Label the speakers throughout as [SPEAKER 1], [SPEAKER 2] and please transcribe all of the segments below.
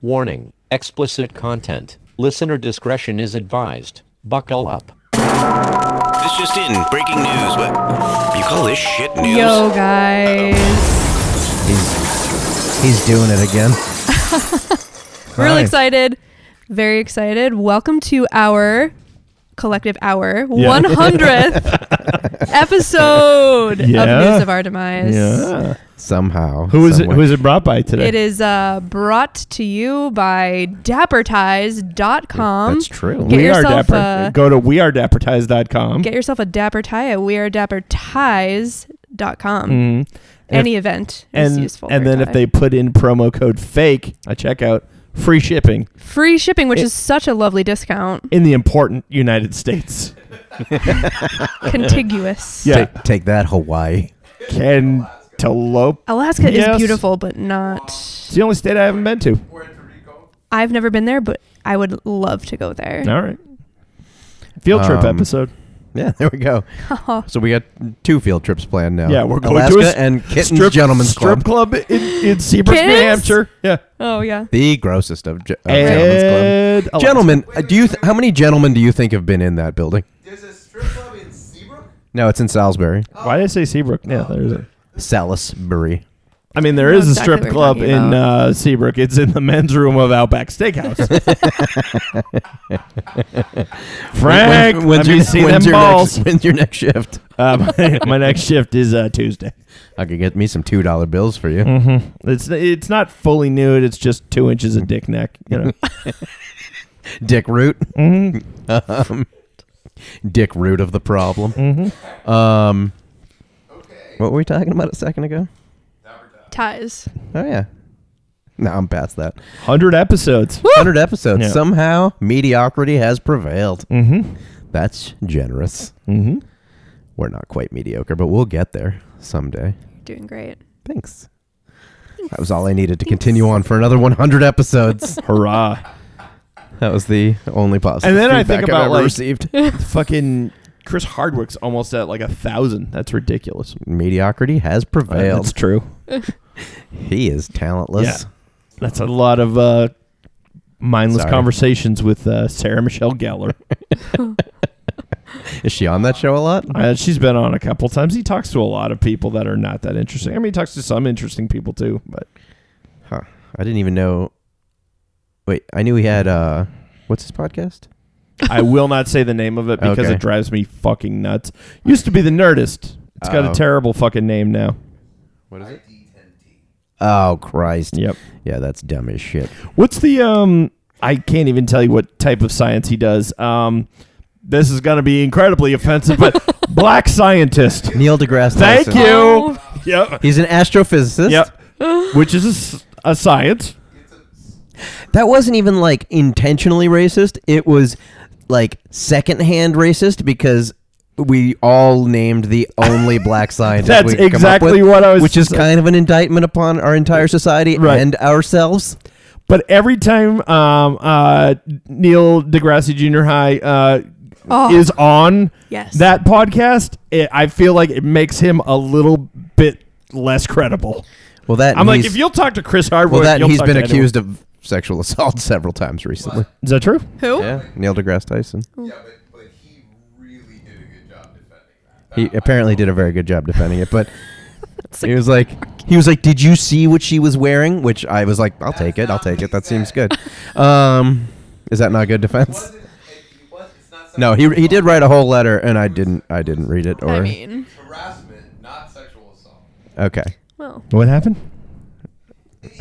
[SPEAKER 1] Warning explicit content. Listener discretion is advised. Buckle up.
[SPEAKER 2] This just in, breaking news. What? You call this shit news?
[SPEAKER 3] Yo, guys.
[SPEAKER 4] He's doing it again.
[SPEAKER 3] Really
[SPEAKER 4] Hi.
[SPEAKER 3] excited. Very excited. Welcome to our collective hour 100th episode of
[SPEAKER 5] Yeah.
[SPEAKER 3] News of Our Demise.
[SPEAKER 5] Yeah.
[SPEAKER 4] Somehow.
[SPEAKER 5] Who is it?
[SPEAKER 4] somewhere.
[SPEAKER 5] Who is it brought by today?
[SPEAKER 3] It is uh, brought to you by dapperties.com.
[SPEAKER 4] That's true.
[SPEAKER 3] Get
[SPEAKER 5] we are
[SPEAKER 3] yourself
[SPEAKER 5] dapper.
[SPEAKER 3] a-
[SPEAKER 5] Go to wearedappertise.com.
[SPEAKER 3] Get yourself a dapper tie at wearedapperties.com.
[SPEAKER 5] Mhm. And
[SPEAKER 3] Any event is
[SPEAKER 5] and
[SPEAKER 3] useful.
[SPEAKER 5] and
[SPEAKER 3] for a
[SPEAKER 5] then if
[SPEAKER 3] tie.
[SPEAKER 5] they put in promo code fake at checkout, free shipping
[SPEAKER 3] free shipping, which
[SPEAKER 5] it-
[SPEAKER 3] is such a lovely discount,
[SPEAKER 5] in the important United States.
[SPEAKER 3] contiguous.
[SPEAKER 5] Yeah.
[SPEAKER 4] Take, take that, Hawaii.
[SPEAKER 5] Cantaloupe.
[SPEAKER 3] Alaska is
[SPEAKER 5] Yes.
[SPEAKER 3] beautiful, but not.
[SPEAKER 5] It's the only state I haven't been to.
[SPEAKER 3] I've never been there, but I would love to go there.
[SPEAKER 5] All right. Field trip
[SPEAKER 4] Um,
[SPEAKER 5] episode.
[SPEAKER 4] Yeah, there we go. So we got two field trips planned now.
[SPEAKER 5] Yeah, we're going
[SPEAKER 4] Alaska
[SPEAKER 5] to a s-
[SPEAKER 4] and Kittens
[SPEAKER 5] strip,
[SPEAKER 4] Gentlemen's
[SPEAKER 5] strip
[SPEAKER 4] Club.
[SPEAKER 5] club, in, in Seabrook, New
[SPEAKER 3] Kittens?
[SPEAKER 5] Hampshire. Yeah.
[SPEAKER 3] Oh yeah.
[SPEAKER 4] The grossest of, ge- of Gentlemen's
[SPEAKER 5] And
[SPEAKER 4] Club. Gentlemen, uh, do you th- how many gentlemen do you think have been in that building?
[SPEAKER 6] There's a strip club in Seabrook.
[SPEAKER 4] No, it's in Salisbury.
[SPEAKER 5] Why did I say Seabrook? Yeah, there's a.
[SPEAKER 4] Salisbury.
[SPEAKER 5] I mean, there
[SPEAKER 3] I know
[SPEAKER 5] is a
[SPEAKER 3] exactly what
[SPEAKER 5] strip
[SPEAKER 3] you're
[SPEAKER 5] club
[SPEAKER 3] talking
[SPEAKER 5] in
[SPEAKER 3] about.
[SPEAKER 5] uh, Seabrook. It's in the men's room of Outback Steakhouse. Frank,
[SPEAKER 4] When- when's
[SPEAKER 5] let me
[SPEAKER 4] your,
[SPEAKER 5] see
[SPEAKER 4] when's
[SPEAKER 5] them
[SPEAKER 4] your
[SPEAKER 5] balls.
[SPEAKER 4] Next, when's your next shift?
[SPEAKER 5] Uh, my, my next shift is uh, Tuesday.
[SPEAKER 4] I could get me some two dollar bills for you.
[SPEAKER 5] Mm-hmm. It's it's not fully nude. It's just two inches of dick neck. You know, Mm-hmm,
[SPEAKER 4] Dick root. um, dick root of the problem.
[SPEAKER 5] mm-hmm.
[SPEAKER 4] Um, what were we talking about a second ago?
[SPEAKER 3] Ties.
[SPEAKER 4] Oh yeah. No, I'm past that.
[SPEAKER 5] hundred episodes.
[SPEAKER 4] 100 episodes.
[SPEAKER 5] Yeah.
[SPEAKER 4] Somehow mediocrity has prevailed. Mm-hmm. That's generous.
[SPEAKER 5] Mm-hmm.
[SPEAKER 4] We're not quite mediocre, but we'll get there someday.
[SPEAKER 3] Doing great.
[SPEAKER 4] Thanks. That was all I needed to continue on for another 100 episodes.
[SPEAKER 5] Hurrah!
[SPEAKER 4] that was the only positive.
[SPEAKER 5] And then I
[SPEAKER 4] feedback I've
[SPEAKER 5] think about,
[SPEAKER 4] ever
[SPEAKER 5] like-
[SPEAKER 4] received
[SPEAKER 5] Fucking Chris Hardwick's almost at like a thousand. That's ridiculous.
[SPEAKER 4] mediocrity has
[SPEAKER 5] Uh,
[SPEAKER 4] prevailed.
[SPEAKER 5] That's true.
[SPEAKER 4] he is talentless.
[SPEAKER 5] Yeah. That's a lot of uh, mindless
[SPEAKER 4] Sorry.
[SPEAKER 5] conversations with uh, Sarah Michelle Gellar.
[SPEAKER 4] Is she on that show a lot?
[SPEAKER 5] Uh, she's been on a couple times. He talks to a lot of people that are not that interesting. I mean, he talks to some interesting people too, but
[SPEAKER 4] Huh. I didn't even know. Wait, I knew he had uh what's his podcast?
[SPEAKER 5] I will not say the name of it because
[SPEAKER 4] Okay.
[SPEAKER 5] it drives me fucking nuts. Used to be the Nerdist. It's got
[SPEAKER 4] Oh.
[SPEAKER 5] a terrible fucking name now.
[SPEAKER 4] What is it? Oh Christ.
[SPEAKER 5] Yep.
[SPEAKER 4] Yeah, that's dumb as shit.
[SPEAKER 5] What's the um? I can't even tell you what type of science he does. Um, this is gonna be incredibly offensive, but black scientist.
[SPEAKER 4] Neil deGrasse
[SPEAKER 5] Thank
[SPEAKER 4] Tyson.
[SPEAKER 5] you.
[SPEAKER 3] Oh.
[SPEAKER 5] Yep.
[SPEAKER 4] He's an astrophysicist.
[SPEAKER 5] Yep. Which is a s- a, science.
[SPEAKER 4] That wasn't even like intentionally racist. It was like secondhand racist because we all named the only black scientist. we
[SPEAKER 5] That's
[SPEAKER 4] could come up
[SPEAKER 5] exactly
[SPEAKER 4] with,
[SPEAKER 5] what I was
[SPEAKER 4] Which is
[SPEAKER 5] saying.
[SPEAKER 4] kind of an indictment upon our entire society
[SPEAKER 5] Right.
[SPEAKER 4] and ourselves.
[SPEAKER 5] But every time um, uh, Neil deGrasse Junior High uh,
[SPEAKER 3] Oh.
[SPEAKER 5] is on
[SPEAKER 3] Yes.
[SPEAKER 5] that podcast, it, I feel like it makes him a little bit less credible.
[SPEAKER 4] Well, that
[SPEAKER 5] I'm
[SPEAKER 4] and
[SPEAKER 5] like,
[SPEAKER 4] he's-
[SPEAKER 5] if you'll talk to Chris Hardwick,
[SPEAKER 4] well, that and
[SPEAKER 5] you'll
[SPEAKER 4] he's
[SPEAKER 5] talk
[SPEAKER 4] been
[SPEAKER 5] to anyone.
[SPEAKER 4] accused of sexual assault several times recently.
[SPEAKER 5] Is that true?
[SPEAKER 3] Who?
[SPEAKER 4] Yeah, Neil deGrasse Tyson.
[SPEAKER 6] Yeah, but, but he really did a good job defending that.
[SPEAKER 4] He apparently did a very good job defending it, but he was like, he was like, "Did you see what she was wearing?" Which I was like, "I'll take it. I'll take it. That seems good." Um, is that not good defense?
[SPEAKER 6] It- it was- it's not sexual
[SPEAKER 4] No, he he did write a whole letter, and I didn't I didn't read it. Or
[SPEAKER 3] I mean,
[SPEAKER 6] harassment, not sexual assault.
[SPEAKER 4] okay,
[SPEAKER 3] well,
[SPEAKER 5] What happened?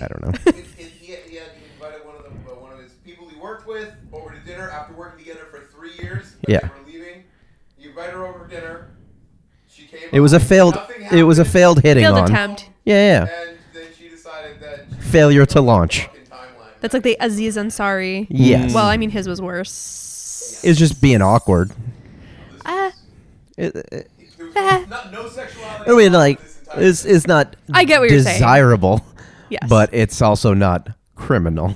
[SPEAKER 4] I don't know.
[SPEAKER 6] It, it, he, had, he had invited one of, the, uh, one of his people he worked with over to dinner after working together for three years. But
[SPEAKER 4] Yeah.
[SPEAKER 6] They were leaving. He invited her over for dinner. She came.
[SPEAKER 4] It was a
[SPEAKER 6] over,
[SPEAKER 4] failed
[SPEAKER 6] nothing
[SPEAKER 4] it was a
[SPEAKER 6] happened,
[SPEAKER 4] failed hitting
[SPEAKER 3] failed
[SPEAKER 4] on.
[SPEAKER 3] attempt.
[SPEAKER 4] Yeah, yeah.
[SPEAKER 6] And then she decided that she
[SPEAKER 4] Failure to launch.
[SPEAKER 6] fucking timeline.
[SPEAKER 3] That's like the Aziz Ansari.
[SPEAKER 4] Yes.
[SPEAKER 3] Well, I mean, his was worse.
[SPEAKER 4] It's just being awkward.
[SPEAKER 3] Uh,
[SPEAKER 4] It, it,
[SPEAKER 6] There was no, not, no sexuality.
[SPEAKER 4] I mean, like
[SPEAKER 6] this entire
[SPEAKER 4] it's it's not.
[SPEAKER 3] I get what you're saying.
[SPEAKER 4] Desirable.
[SPEAKER 3] yes.
[SPEAKER 4] but it's also not criminal.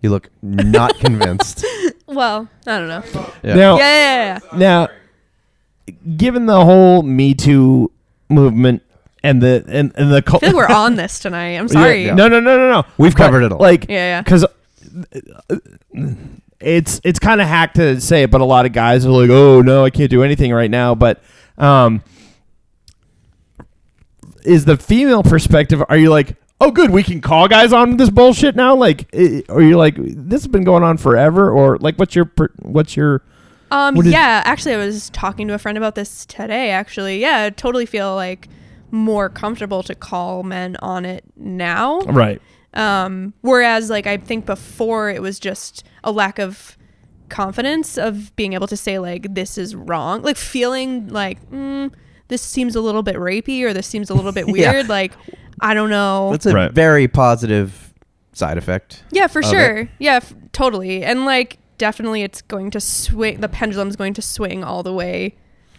[SPEAKER 4] You look not convinced.
[SPEAKER 3] well, I don't know.
[SPEAKER 4] Yeah.
[SPEAKER 3] Yeah, yeah,
[SPEAKER 5] Now,
[SPEAKER 3] yeah, yeah.
[SPEAKER 5] now, given the whole Me Too movement and the and, and the cul-
[SPEAKER 3] I feel like we're on this tonight. I'm
[SPEAKER 5] Yeah,
[SPEAKER 3] sorry.
[SPEAKER 5] yeah. No, no, no, no, no.
[SPEAKER 4] We've
[SPEAKER 5] But,
[SPEAKER 4] covered it all.
[SPEAKER 5] Like,
[SPEAKER 3] Yeah, yeah.
[SPEAKER 5] Because it's it's kind of hack to say it, but a lot of guys are like, "Oh no, I can't do anything right now." But um, is the female perspective? Are you like, "Oh, good, we can call guys on this bullshit now"? Like, i- or you like, "This has been going on forever," or like, "What's your per- what's your
[SPEAKER 3] Um,
[SPEAKER 5] What did-
[SPEAKER 3] yeah, actually, I was talking to a friend about this today. Actually, yeah, I totally feel like more comfortable to call men on it now.
[SPEAKER 5] right?"
[SPEAKER 3] Um, whereas, like, I think before it was just a lack of confidence of being able to say, like, this is wrong, like, feeling like, mm, this seems a little bit rapey or this seems a little bit
[SPEAKER 4] Yeah.
[SPEAKER 3] weird. Like, I don't know.
[SPEAKER 4] That's a
[SPEAKER 5] Right.
[SPEAKER 4] very positive side effect.
[SPEAKER 3] Yeah, for
[SPEAKER 4] of
[SPEAKER 3] sure. Yeah, f- totally. And like, definitely, it's going to swing. The pendulum's going to swing all the way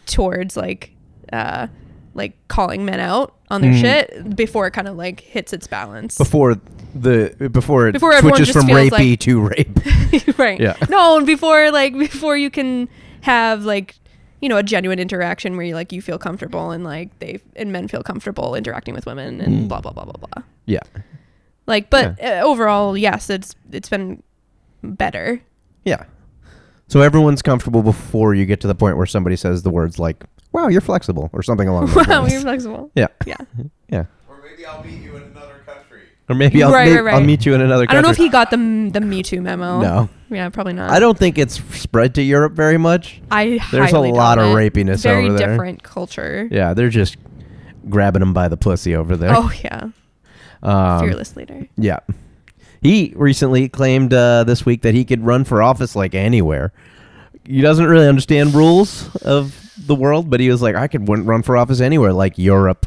[SPEAKER 3] towards like, uh, like calling men out on
[SPEAKER 4] Mm.
[SPEAKER 3] their shit before it kind of like hits its balance.
[SPEAKER 4] Before the before it
[SPEAKER 3] Before everyone
[SPEAKER 4] switches
[SPEAKER 3] just
[SPEAKER 4] from
[SPEAKER 3] feels
[SPEAKER 4] rapey
[SPEAKER 3] like-
[SPEAKER 4] to rape.
[SPEAKER 3] right.
[SPEAKER 4] Yeah.
[SPEAKER 3] No, and before like before you can have like you know a genuine interaction where you like you feel comfortable and like they and men feel comfortable interacting with women and
[SPEAKER 4] Mm.
[SPEAKER 3] blah blah blah blah blah.
[SPEAKER 4] yeah.
[SPEAKER 3] Like, but uh, overall, yes, it's it's been better.
[SPEAKER 4] Yeah. So everyone's comfortable before you get to the point where somebody says the words like, "Wow, you're flexible" or something along those
[SPEAKER 3] Wow,
[SPEAKER 4] lines.
[SPEAKER 3] you're flexible.
[SPEAKER 4] Yeah.
[SPEAKER 3] Yeah.
[SPEAKER 4] Yeah.
[SPEAKER 6] Or maybe I'll meet you in another country.
[SPEAKER 4] Or maybe I'll,
[SPEAKER 3] Right,
[SPEAKER 4] may-
[SPEAKER 3] right, right.
[SPEAKER 4] I'll meet you in another
[SPEAKER 3] I
[SPEAKER 4] country.
[SPEAKER 3] don't know if he got the m- the Me Too memo.
[SPEAKER 4] No.
[SPEAKER 3] Yeah, probably not.
[SPEAKER 4] I don't think it's spread to Europe very much.
[SPEAKER 3] I
[SPEAKER 4] There's a
[SPEAKER 3] highly
[SPEAKER 4] lot
[SPEAKER 3] doubt
[SPEAKER 4] of
[SPEAKER 3] it.
[SPEAKER 4] rapiness
[SPEAKER 3] Very
[SPEAKER 4] over there.
[SPEAKER 3] different culture.
[SPEAKER 4] Yeah, they're just grabbing him by the pussy over there.
[SPEAKER 3] Oh yeah,
[SPEAKER 4] Um,
[SPEAKER 3] fearless leader.
[SPEAKER 4] Yeah. He recently claimed uh, this week that he could run for office like anywhere. He doesn't really understand rules of the world, but he was like, I could win- run for office anywhere, like Europe,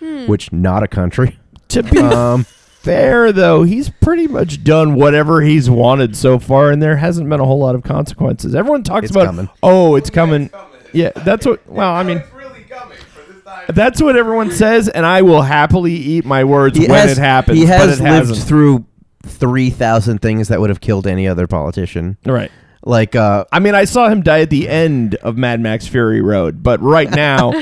[SPEAKER 3] Hmm.
[SPEAKER 4] which not a country.
[SPEAKER 5] To be
[SPEAKER 4] Um,
[SPEAKER 5] fair, though, he's pretty much done whatever he's wanted so far, and there hasn't been a whole lot of consequences. Everyone talks
[SPEAKER 4] It's
[SPEAKER 5] about,
[SPEAKER 4] coming.
[SPEAKER 5] oh, it's coming.
[SPEAKER 6] It's coming.
[SPEAKER 5] Yeah, that's what. Well, I mean,
[SPEAKER 6] it's really coming for this time.
[SPEAKER 5] that's what everyone says, and I will happily eat my words when it happens.
[SPEAKER 4] He
[SPEAKER 5] but
[SPEAKER 4] has
[SPEAKER 5] it
[SPEAKER 4] lived
[SPEAKER 5] hasn't.
[SPEAKER 4] through 3,000 things that would have killed any other politician.
[SPEAKER 5] right.
[SPEAKER 4] Like, uh,
[SPEAKER 5] I mean, I saw him die at the end of Mad Max Fury Road, but right now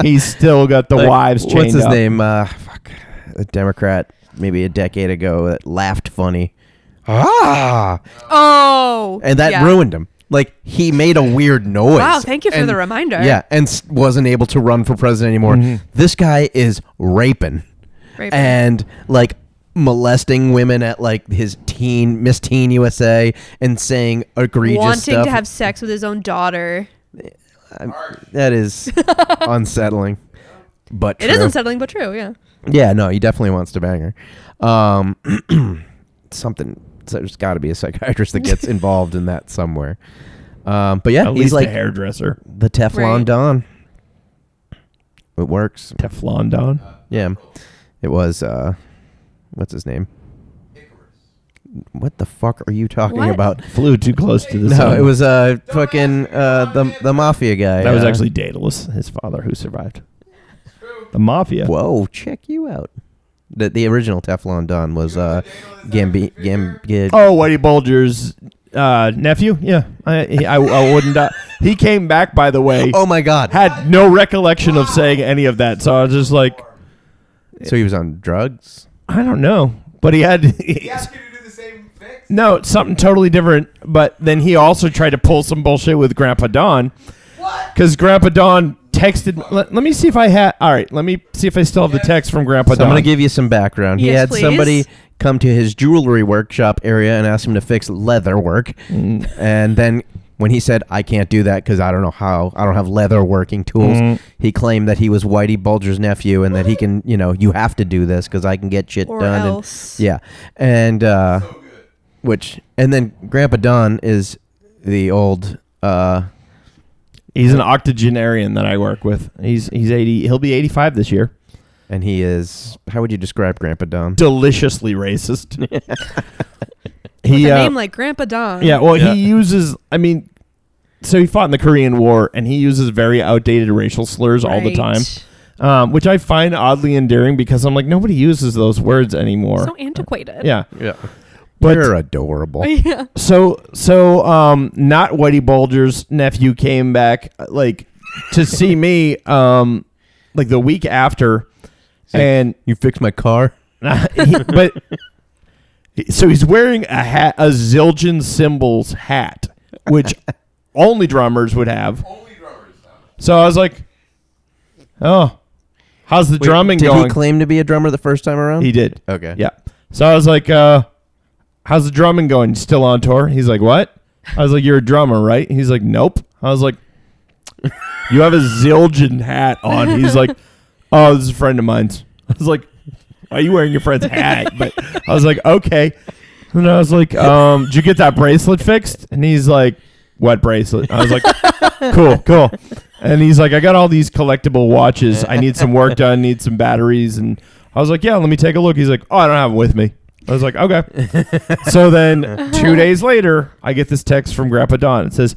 [SPEAKER 5] he's still got the
[SPEAKER 4] like,
[SPEAKER 5] wives. Chained
[SPEAKER 4] What's his
[SPEAKER 5] up.
[SPEAKER 4] name? Uh, fuck, a Democrat, maybe a decade ago, that laughed funny. Ah!
[SPEAKER 3] Oh,
[SPEAKER 4] and that
[SPEAKER 3] yeah.
[SPEAKER 4] ruined him. Like he made a weird noise.
[SPEAKER 3] Wow, thank you for
[SPEAKER 4] and-
[SPEAKER 3] the reminder.
[SPEAKER 4] Yeah, and s- wasn't able to run for president anymore.
[SPEAKER 5] Mm-hmm.
[SPEAKER 4] This guy is raping,
[SPEAKER 3] Raping.
[SPEAKER 4] and like molesting women at like his teen Miss Teen USA and saying egregious
[SPEAKER 3] wanting
[SPEAKER 4] stuff.
[SPEAKER 3] to have sex with his own daughter.
[SPEAKER 4] that is unsettling. But
[SPEAKER 3] It is
[SPEAKER 4] true.
[SPEAKER 3] unsettling, but true. Yeah.
[SPEAKER 4] Yeah, no, he definitely wants to bang her. Um, something. so There's got to be a psychiatrist that gets involved in that somewhere. Um, but yeah,
[SPEAKER 5] At
[SPEAKER 4] he's
[SPEAKER 5] least
[SPEAKER 4] like
[SPEAKER 5] a hairdresser,
[SPEAKER 4] the Teflon
[SPEAKER 3] Right.
[SPEAKER 4] Don. It works.
[SPEAKER 5] Teflon Don.
[SPEAKER 4] Yeah. It was uh what's his name? What the fuck are you talking
[SPEAKER 3] What?
[SPEAKER 4] about?
[SPEAKER 5] Flew too close to the
[SPEAKER 4] No,
[SPEAKER 5] sun.
[SPEAKER 4] it was uh fucking uh the the mafia guy.
[SPEAKER 5] That was
[SPEAKER 4] uh,
[SPEAKER 5] actually Daedalus, his father, who survived. The mafia.
[SPEAKER 4] Whoa, check you out. The the original Teflon Don was uh Gambi Gam Gid-
[SPEAKER 5] Oh, Whitey Bulger's uh, nephew. Yeah, I, he- I, I wouldn't. die. He came back, by the way.
[SPEAKER 4] Oh my god.
[SPEAKER 5] had no recollection of saying any of that. So I was just like,
[SPEAKER 4] So he was on drugs?
[SPEAKER 5] I don't know. But he had
[SPEAKER 6] He asked you to do the same fix.
[SPEAKER 5] no something totally different. But then he also tried to pull some bullshit with Grandpa Don, because Grandpa Don texted. Let, let me see if I had. All right, let me see if I still have the text from
[SPEAKER 4] So
[SPEAKER 5] Grandpa
[SPEAKER 4] I'm
[SPEAKER 5] Don.
[SPEAKER 4] going to give you some background. he
[SPEAKER 3] Yes,
[SPEAKER 4] had
[SPEAKER 3] please.
[SPEAKER 4] somebody come to his jewelry workshop area and asked him to fix leather work.
[SPEAKER 5] Mm.
[SPEAKER 4] And then when he said, I can't do that because I don't know how, I don't have leather working tools, he claimed that he was Whitey Bulger's nephew and that he can, you know, you have to do this because I can get shit
[SPEAKER 3] Or
[SPEAKER 4] done. and-
[SPEAKER 3] else.
[SPEAKER 4] yeah. And, uh,
[SPEAKER 6] So good.
[SPEAKER 4] which, and then Grandpa Don is the old, uh,
[SPEAKER 5] he's an octogenarian that I work with. He's he's 80. He'll be 85 this year.
[SPEAKER 4] and he is, how would you describe Grandpa Don?
[SPEAKER 5] Deliciously racist.
[SPEAKER 3] With
[SPEAKER 5] he
[SPEAKER 3] a
[SPEAKER 5] uh,
[SPEAKER 3] name like Grandpa Don.
[SPEAKER 5] Yeah, well, he uses. I mean, so he fought in the Korean War, and he uses very outdated racial slurs all the
[SPEAKER 3] Right.
[SPEAKER 5] time, um, which I find oddly endearing because I'm like, nobody uses those words anymore.
[SPEAKER 3] So antiquated.
[SPEAKER 5] yeah,
[SPEAKER 4] Yeah.
[SPEAKER 5] but
[SPEAKER 4] You're adorable.
[SPEAKER 3] Yeah.
[SPEAKER 5] so so um, not Whitey Bulger's nephew came back like to see me um, like the week after, and
[SPEAKER 4] You fixed my car?
[SPEAKER 5] he, but so he's wearing a hat, a Zildjian symbols hat, which only drummers would have.
[SPEAKER 6] Only drummers.
[SPEAKER 5] So I was like, "Oh, how's the drumming
[SPEAKER 4] Did
[SPEAKER 5] going?"
[SPEAKER 4] he claim to be a drummer the first time around?
[SPEAKER 5] He did.
[SPEAKER 4] Okay.
[SPEAKER 5] Yeah. So I was like, uh, how's the drumming going? Still on tour? He's like, what? I was like, you're a drummer, right? He's like, nope. I was like, you have a Zildjian hat on. He's like, oh, this is a friend of mine's. I was like, why are you wearing your friend's hat? But I was like, okay. And I was like, um, did you get that bracelet fixed? And he's like, what bracelet? I was like, cool, cool. And he's like, I got all these collectible watches. I need some work done, need some batteries. And I was like, yeah, let me take a look. He's like, oh, I don't have them with me. I was like, okay. so then two days later, I get this text from Grandpa Don. It says,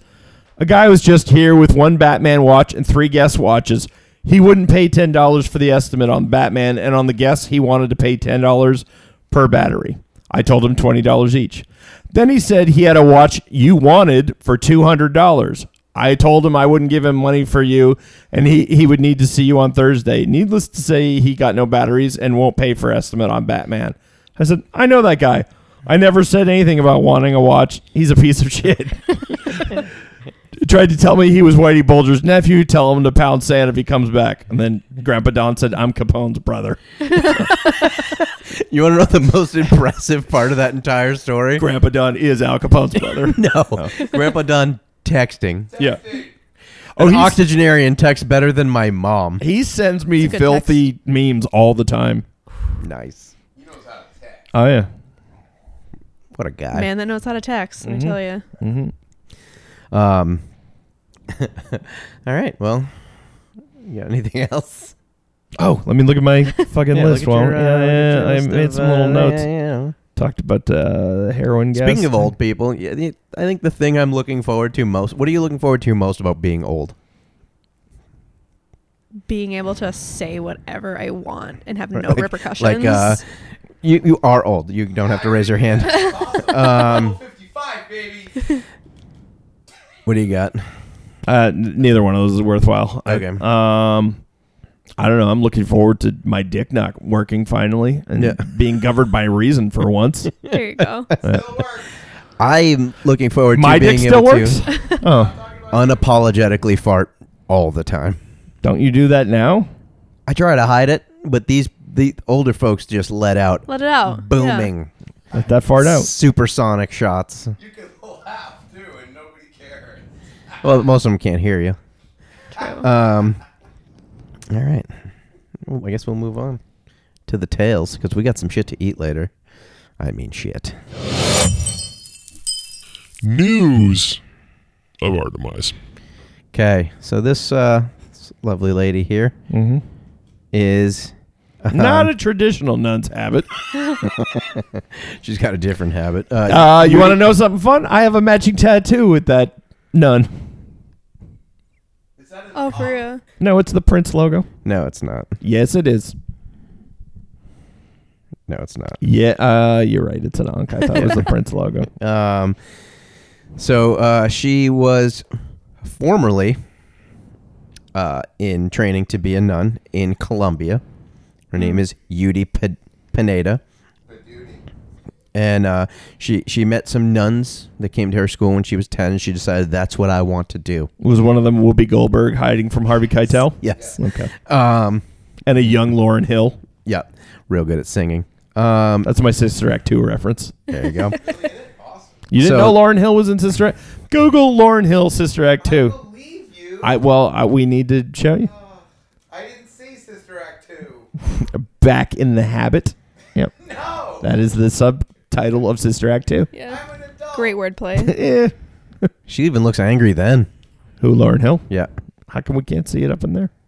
[SPEAKER 5] a guy was just here with one Batman watch and three guest watches. He wouldn't pay $10 for the estimate on Batman, and on the guest, he wanted to pay $10 per battery. I told him $20 each. Then he said he had a watch you wanted for $200. I told him I wouldn't give him money for you, and he, he would need to see you on Thursday. Needless to say, he got no batteries and won't pay for estimate on Batman. I said, I know that guy. I never said anything about wanting a watch. He's a piece of shit tried to tell me he was Whitey Bulger's nephew. Tell him to pound sand if he comes back. And then Grandpa Don said, "I'm Capone's brother."
[SPEAKER 4] You want to know the most impressive part of that entire story?
[SPEAKER 5] Grandpa Don is Al Capone's brother.
[SPEAKER 4] no. Grandpa Don texting.
[SPEAKER 5] yeah.
[SPEAKER 4] Oh,
[SPEAKER 5] Oh,
[SPEAKER 4] An
[SPEAKER 5] he's-
[SPEAKER 4] octogenarian texts better than my mom.
[SPEAKER 5] He sends me
[SPEAKER 3] good
[SPEAKER 5] filthy memes all the time.
[SPEAKER 4] Nice.
[SPEAKER 6] He knows how to text.
[SPEAKER 5] Oh yeah.
[SPEAKER 4] What a guy.
[SPEAKER 3] Man that knows how to text,
[SPEAKER 4] Mm-hmm.
[SPEAKER 3] let me tell you.
[SPEAKER 5] Mm-hmm.
[SPEAKER 4] Um. all right. Well, you got anything else?
[SPEAKER 5] Oh, let me look at my fucking list. Well,
[SPEAKER 4] uh,
[SPEAKER 5] yeah, yeah, yeah. I made some little notes. Talked about uh, heroin. gas.
[SPEAKER 4] Speaking of old people, yeah, the- I think the thing I'm looking forward to most. What are you looking forward to most about being old?
[SPEAKER 3] Being able to say whatever I want and have no
[SPEAKER 4] Like-
[SPEAKER 3] repercussions.
[SPEAKER 4] Like, uh, you you are old. You don't have to raise your hand. Um,
[SPEAKER 6] Awesome. 55, baby.
[SPEAKER 4] What do you got?
[SPEAKER 5] uh, n- neither one of those is worthwhile. I-
[SPEAKER 4] Okay.
[SPEAKER 5] um, I don't know. I'm looking forward to my dick not working finally and
[SPEAKER 4] Yeah.
[SPEAKER 5] being governed by reason for once.
[SPEAKER 3] there you go.
[SPEAKER 6] Still works.
[SPEAKER 4] I'm looking forward to
[SPEAKER 5] My
[SPEAKER 4] being
[SPEAKER 5] dick still
[SPEAKER 4] able
[SPEAKER 5] works.
[SPEAKER 4] to
[SPEAKER 5] oh,
[SPEAKER 4] unapologetically fart all the time.
[SPEAKER 5] don't you do that now?
[SPEAKER 4] I try to hide it, but these the older folks just let out
[SPEAKER 3] Let it out. Yeah.
[SPEAKER 4] booming
[SPEAKER 5] Let that fart out.
[SPEAKER 4] supersonic shots.
[SPEAKER 6] You can laugh too, and nobody cares.
[SPEAKER 4] Well, most of them can't hear you. Um. All right. Well, I guess we'll move on to the tails because we got some shit to eat later. I mean, shit.
[SPEAKER 7] News of our demise.
[SPEAKER 4] Okay, so this uh, this lovely lady here is um,
[SPEAKER 5] Mm-hmm. Not a traditional nun's habit.
[SPEAKER 4] she's got a different habit. Uh,
[SPEAKER 5] Uh, you want to know something fun? I have a matching tattoo with that nun.
[SPEAKER 6] Is that an
[SPEAKER 3] Oh, for real.
[SPEAKER 5] No, it's the Prince logo.
[SPEAKER 4] no, it's not.
[SPEAKER 5] Yes, it is.
[SPEAKER 4] No, it's not.
[SPEAKER 5] Yeah, uh, you're right. It's an onk. I thought it was the Prince logo.
[SPEAKER 4] Um, so uh, she was formerly uh, in training to be a nun in Colombia. Her
[SPEAKER 5] Mm.
[SPEAKER 4] name is Yudi P- Pineda,
[SPEAKER 6] duty?
[SPEAKER 4] and uh, she she met some nuns that came to her school when she was ten, and she decided that's what I want to do.
[SPEAKER 5] Was one of them Whoopi Goldberg hiding from Harvey Keitel?
[SPEAKER 4] Yes.
[SPEAKER 5] Okay.
[SPEAKER 4] Um.
[SPEAKER 5] And a young Lauren Hill.
[SPEAKER 4] Yeah. Real good at singing. Um.
[SPEAKER 5] That's my Sister Act 2 reference.
[SPEAKER 4] There you go.
[SPEAKER 5] You didn't
[SPEAKER 4] So-
[SPEAKER 5] know Lauren Hill was in Sister Act? Google Lauren Hill Sister Act 2.
[SPEAKER 6] Believe you.
[SPEAKER 5] I well, I, we need to show you.
[SPEAKER 6] I didn't see Sister Act 2.
[SPEAKER 5] Back in the Habit. Yep.
[SPEAKER 6] No!
[SPEAKER 5] That is the subtitle of Sister Act 2.
[SPEAKER 3] Yeah.
[SPEAKER 6] I'm an adult.
[SPEAKER 3] Great wordplay.
[SPEAKER 5] Eh.
[SPEAKER 4] she even looks angry then.
[SPEAKER 5] Who Lauren Hill?
[SPEAKER 4] Yeah.
[SPEAKER 5] How come we can't see it up in there?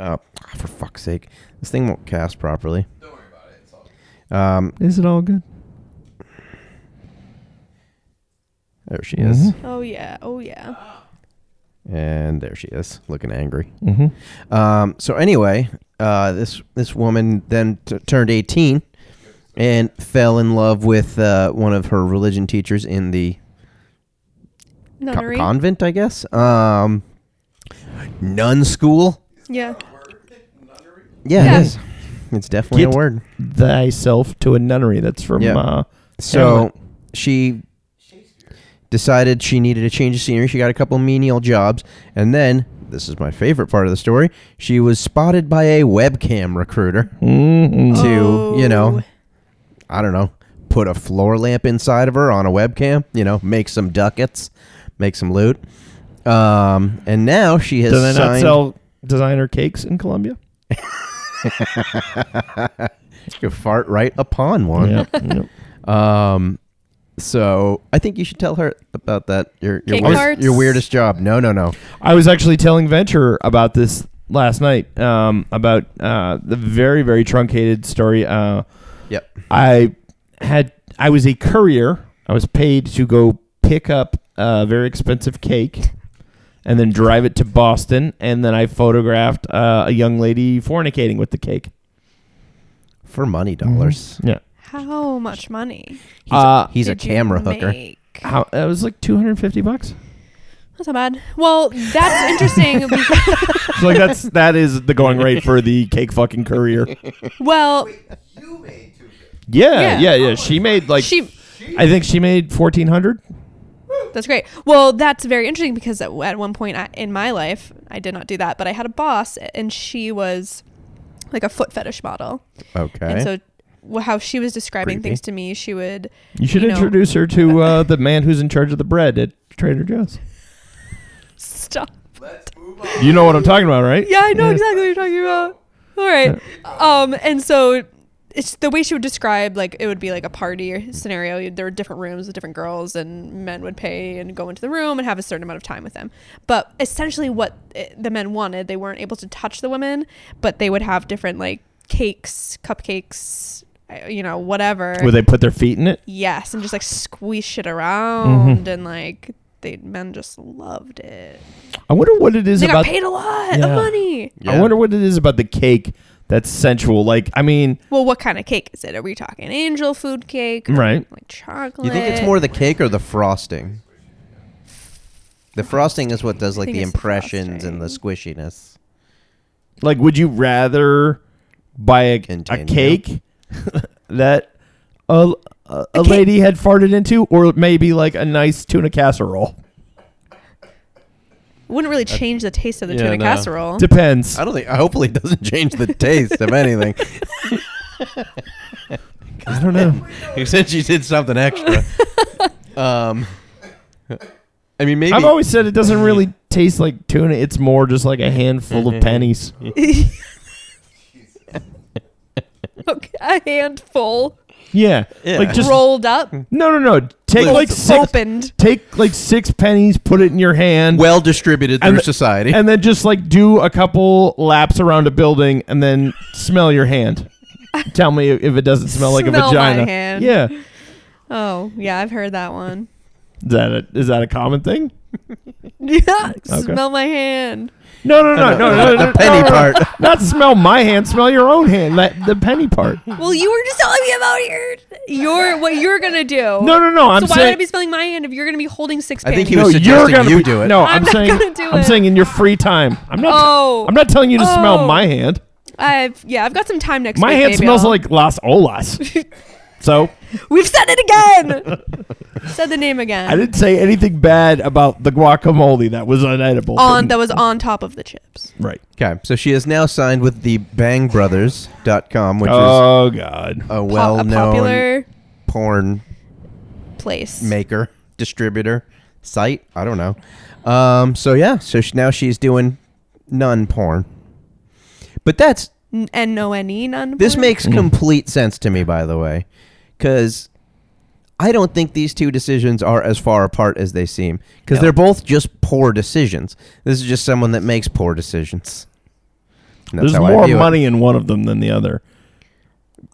[SPEAKER 4] Oh, for fuck's sake! This thing won't cast properly.
[SPEAKER 6] Don't worry about it. It's all
[SPEAKER 4] Um.
[SPEAKER 5] Is it all good?
[SPEAKER 4] There she is.
[SPEAKER 3] Oh, yeah. Oh, yeah. Mm-hmm.
[SPEAKER 4] And there she is, looking angry.
[SPEAKER 5] Mm-hmm.
[SPEAKER 4] Um, so anyway, uh, this this woman then t- turned eighteen and fell in love with uh, one of her religion teachers in the co-
[SPEAKER 3] Nunnery.
[SPEAKER 4] convent, I guess. Um, nun school.
[SPEAKER 3] yeah.
[SPEAKER 6] word. Nunnery.
[SPEAKER 4] Yeah,
[SPEAKER 3] Yeah.
[SPEAKER 4] it is. It's definitely
[SPEAKER 5] Get
[SPEAKER 4] a word.
[SPEAKER 5] thyself to a nunnery. That's from
[SPEAKER 4] Yeah.
[SPEAKER 5] uh,
[SPEAKER 4] So she decided she needed a change of scenery. She got a couple menial jobs, and then this is my favorite part of the story. She was spotted by a webcam recruiter
[SPEAKER 3] mm-hmm.
[SPEAKER 4] to, you know,
[SPEAKER 3] Oh.
[SPEAKER 4] I don't know, put a floor lamp inside of her on a webcam. You know, make some ducats, make some loot. Um, and now she has
[SPEAKER 5] Do they not
[SPEAKER 4] signed.
[SPEAKER 5] sell designer cakes in Colombia?
[SPEAKER 4] you fart right upon one. Um, so I think you should tell her about that. Your your,
[SPEAKER 3] Cake
[SPEAKER 4] weird-
[SPEAKER 3] parts?
[SPEAKER 4] your weirdest job. No, no, no.
[SPEAKER 5] I was actually telling Venture about this last night um, about uh, the very very truncated story. Uh,
[SPEAKER 4] Yep.
[SPEAKER 5] I had I was a courier. I was paid to go pick up a very expensive cake and then drive it to Boston, and then I photographed uh, a young lady fornicating with the cake.
[SPEAKER 4] For money dollars.
[SPEAKER 5] Yeah,
[SPEAKER 3] Oh, How much money?
[SPEAKER 4] He's,
[SPEAKER 5] Uh,
[SPEAKER 4] a, he's a
[SPEAKER 3] did you
[SPEAKER 4] camera hooker.
[SPEAKER 3] make?
[SPEAKER 5] how it was like two hundred fifty bucks.
[SPEAKER 3] That's not bad. Well, that's interesting. because-
[SPEAKER 5] So like that's that is the going rate for the cake fucking courier.
[SPEAKER 3] well,
[SPEAKER 6] You made two fifty.
[SPEAKER 5] Yeah, yeah,
[SPEAKER 3] Yeah.
[SPEAKER 5] yeah. She made like
[SPEAKER 3] she.
[SPEAKER 5] I think she made fourteen hundred.
[SPEAKER 3] That's great. Well, that's very interesting because at, at one point I, in my life, I did not do that, but I had a boss and she was like a foot fetish model.
[SPEAKER 4] Okay.
[SPEAKER 3] And so wh- how she was describing
[SPEAKER 4] Creepy.
[SPEAKER 3] things to me, she would
[SPEAKER 5] You should
[SPEAKER 3] You know-
[SPEAKER 5] introduce her to uh, the man who's in charge of the bread at Trader Joe's.
[SPEAKER 3] stop.
[SPEAKER 6] Let's move on.
[SPEAKER 5] You know what I'm talking about, right?
[SPEAKER 3] Yeah, I know exactly what you're talking about. All right. Um, and so it's the way she would describe like it would be like a party scenario. You- There were different rooms with different girls, and men would pay and go into the room and have a certain amount of time with them. But essentially, what eh, the men wanted, they weren't able to touch the women, but they would have different like cakes, cupcakes, eh, you know, whatever.
[SPEAKER 5] Where they put their feet in it.
[SPEAKER 3] yes, and just like squish it
[SPEAKER 5] Mm-hmm.
[SPEAKER 3] around and like. They, men just loved it.
[SPEAKER 5] I wonder what it is
[SPEAKER 3] They got
[SPEAKER 5] about.
[SPEAKER 3] paid a lot
[SPEAKER 5] Yeah.
[SPEAKER 3] of money.
[SPEAKER 5] I wonder what it is about the cake that's sensual. Like, I mean,
[SPEAKER 3] Well, what kind of cake is it? Are we talking angel food cake? Or
[SPEAKER 5] Right.
[SPEAKER 3] Like chocolate.
[SPEAKER 4] you think it's more the cake or the frosting? The frosting is what does like
[SPEAKER 3] think
[SPEAKER 4] the
[SPEAKER 3] it's the
[SPEAKER 4] impressions and the squishiness.
[SPEAKER 5] like, would you rather buy a, a
[SPEAKER 4] Continue.
[SPEAKER 5] cake that a, a, a
[SPEAKER 3] cake-
[SPEAKER 5] lady had farted into, or maybe like a nice tuna casserole?
[SPEAKER 3] wouldn't really
[SPEAKER 5] Uh,
[SPEAKER 3] change the taste of the
[SPEAKER 4] Yeah,
[SPEAKER 3] tuna
[SPEAKER 4] no.
[SPEAKER 3] casserole.
[SPEAKER 5] Depends.
[SPEAKER 4] I don't think. Hopefully, it doesn't change the taste of anything.
[SPEAKER 5] I don't know.
[SPEAKER 4] You said she did something extra. Um, I mean, maybe
[SPEAKER 5] I've always said it doesn't really taste like tuna. It's more just like a handful of pennies.
[SPEAKER 3] okay, a handful
[SPEAKER 5] Yeah.
[SPEAKER 4] Yeah.
[SPEAKER 5] Like just
[SPEAKER 3] rolled up,
[SPEAKER 5] No, no, no. Take
[SPEAKER 4] Loose.
[SPEAKER 5] like six
[SPEAKER 3] opened.
[SPEAKER 5] take like six pennies, put it in your hand.
[SPEAKER 4] well distributed through
[SPEAKER 5] and th-
[SPEAKER 4] society.
[SPEAKER 5] And then just like do a couple laps around a building and then smell your hand. Tell me if it doesn't smell like a
[SPEAKER 3] Smell my
[SPEAKER 5] vagina.
[SPEAKER 3] hand.
[SPEAKER 5] Yeah.
[SPEAKER 3] Oh yeah, I've heard that one.
[SPEAKER 5] Is that a, is that a common thing?
[SPEAKER 3] Yeah,
[SPEAKER 5] Okay.
[SPEAKER 3] smell my hand.
[SPEAKER 5] No, no, no, no, no. no,
[SPEAKER 4] the
[SPEAKER 5] no,
[SPEAKER 4] Uh, penny
[SPEAKER 5] no, no.
[SPEAKER 4] part.
[SPEAKER 5] Not smell my hand, smell your own hand. That, the penny part. No,
[SPEAKER 3] Well, you were just telling me about your your what you're gonna do.
[SPEAKER 5] no, no. I'm
[SPEAKER 3] so why would I
[SPEAKER 5] saying
[SPEAKER 3] be smelling my hand if you're gonna be holding six?
[SPEAKER 4] I
[SPEAKER 3] Pennies?
[SPEAKER 4] think he
[SPEAKER 5] no,
[SPEAKER 4] was
[SPEAKER 5] you're
[SPEAKER 4] suggesting
[SPEAKER 5] gonna
[SPEAKER 4] you
[SPEAKER 5] be-
[SPEAKER 4] do it.
[SPEAKER 5] No,
[SPEAKER 3] I'm
[SPEAKER 5] I'm,
[SPEAKER 3] not
[SPEAKER 5] saying
[SPEAKER 3] gonna do
[SPEAKER 5] I'm
[SPEAKER 3] it.
[SPEAKER 5] saying in your free time. I'm not.
[SPEAKER 3] Oh.
[SPEAKER 5] I'm not telling you to smell
[SPEAKER 3] Oh.
[SPEAKER 5] my hand.
[SPEAKER 3] I've yeah, I've got some time next.
[SPEAKER 5] My
[SPEAKER 3] week,
[SPEAKER 5] hand
[SPEAKER 3] maybe
[SPEAKER 5] smells
[SPEAKER 3] I'll-
[SPEAKER 5] like Las Olas. so
[SPEAKER 3] We've said it again. said the name again.
[SPEAKER 5] I didn't say anything bad about the guacamole that was unedible.
[SPEAKER 3] on that was on top of the chips.
[SPEAKER 5] right.
[SPEAKER 4] Okay, so she is now signed with the bangbrothers.com, which is
[SPEAKER 5] Oh God.
[SPEAKER 4] a
[SPEAKER 3] Po-
[SPEAKER 4] well
[SPEAKER 3] a
[SPEAKER 4] known
[SPEAKER 3] popular
[SPEAKER 4] porn
[SPEAKER 3] place.
[SPEAKER 4] maker, distributor, site. I don't know. Um, so, yeah, so she, now she's doing nun porn. But that's,
[SPEAKER 3] N- and no any none.
[SPEAKER 4] this
[SPEAKER 3] porn?
[SPEAKER 4] makes complete sense to me, by the way, because I don't think these two decisions are as far apart as they seem, because they're both just poor decisions. This is just someone that makes poor decisions. And that's
[SPEAKER 5] There's
[SPEAKER 4] how I
[SPEAKER 5] more
[SPEAKER 4] view it.
[SPEAKER 5] money in one of them than the other.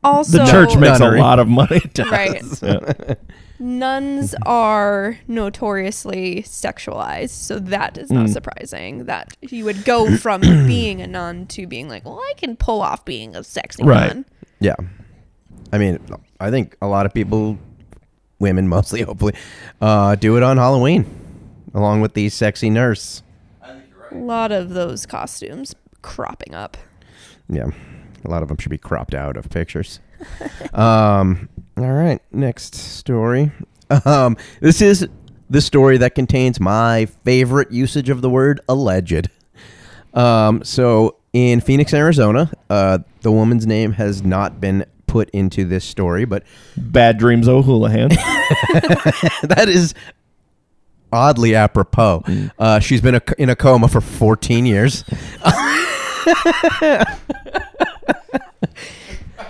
[SPEAKER 3] also
[SPEAKER 5] The church makes
[SPEAKER 4] Nunnery.
[SPEAKER 5] a lot of money.
[SPEAKER 3] right.
[SPEAKER 5] Yeah.
[SPEAKER 3] Nuns are notoriously sexualized, so that is
[SPEAKER 5] Hmm.
[SPEAKER 3] not surprising that you would go from being a nun to being like, well, I can pull off being a sexy
[SPEAKER 5] Right.
[SPEAKER 3] nun.
[SPEAKER 4] Yeah. I mean, I think a lot of people, women mostly, hopefully, uh, do it on Halloween along with the sexy nurse.
[SPEAKER 6] I think you're
[SPEAKER 3] A
[SPEAKER 6] right.
[SPEAKER 3] lot of those costumes cropping up.
[SPEAKER 4] Yeah. A lot of them should be cropped out of pictures. um, all right, next story. Um, this is the story that contains my favorite usage of the word alleged. Um, so in Phoenix, Arizona, uh, the woman's name has not been put into this story, but
[SPEAKER 5] Bad Dreams oh, O'Houlihan.
[SPEAKER 4] that is oddly apropos. Uh, she's been a, in a coma for 14 years.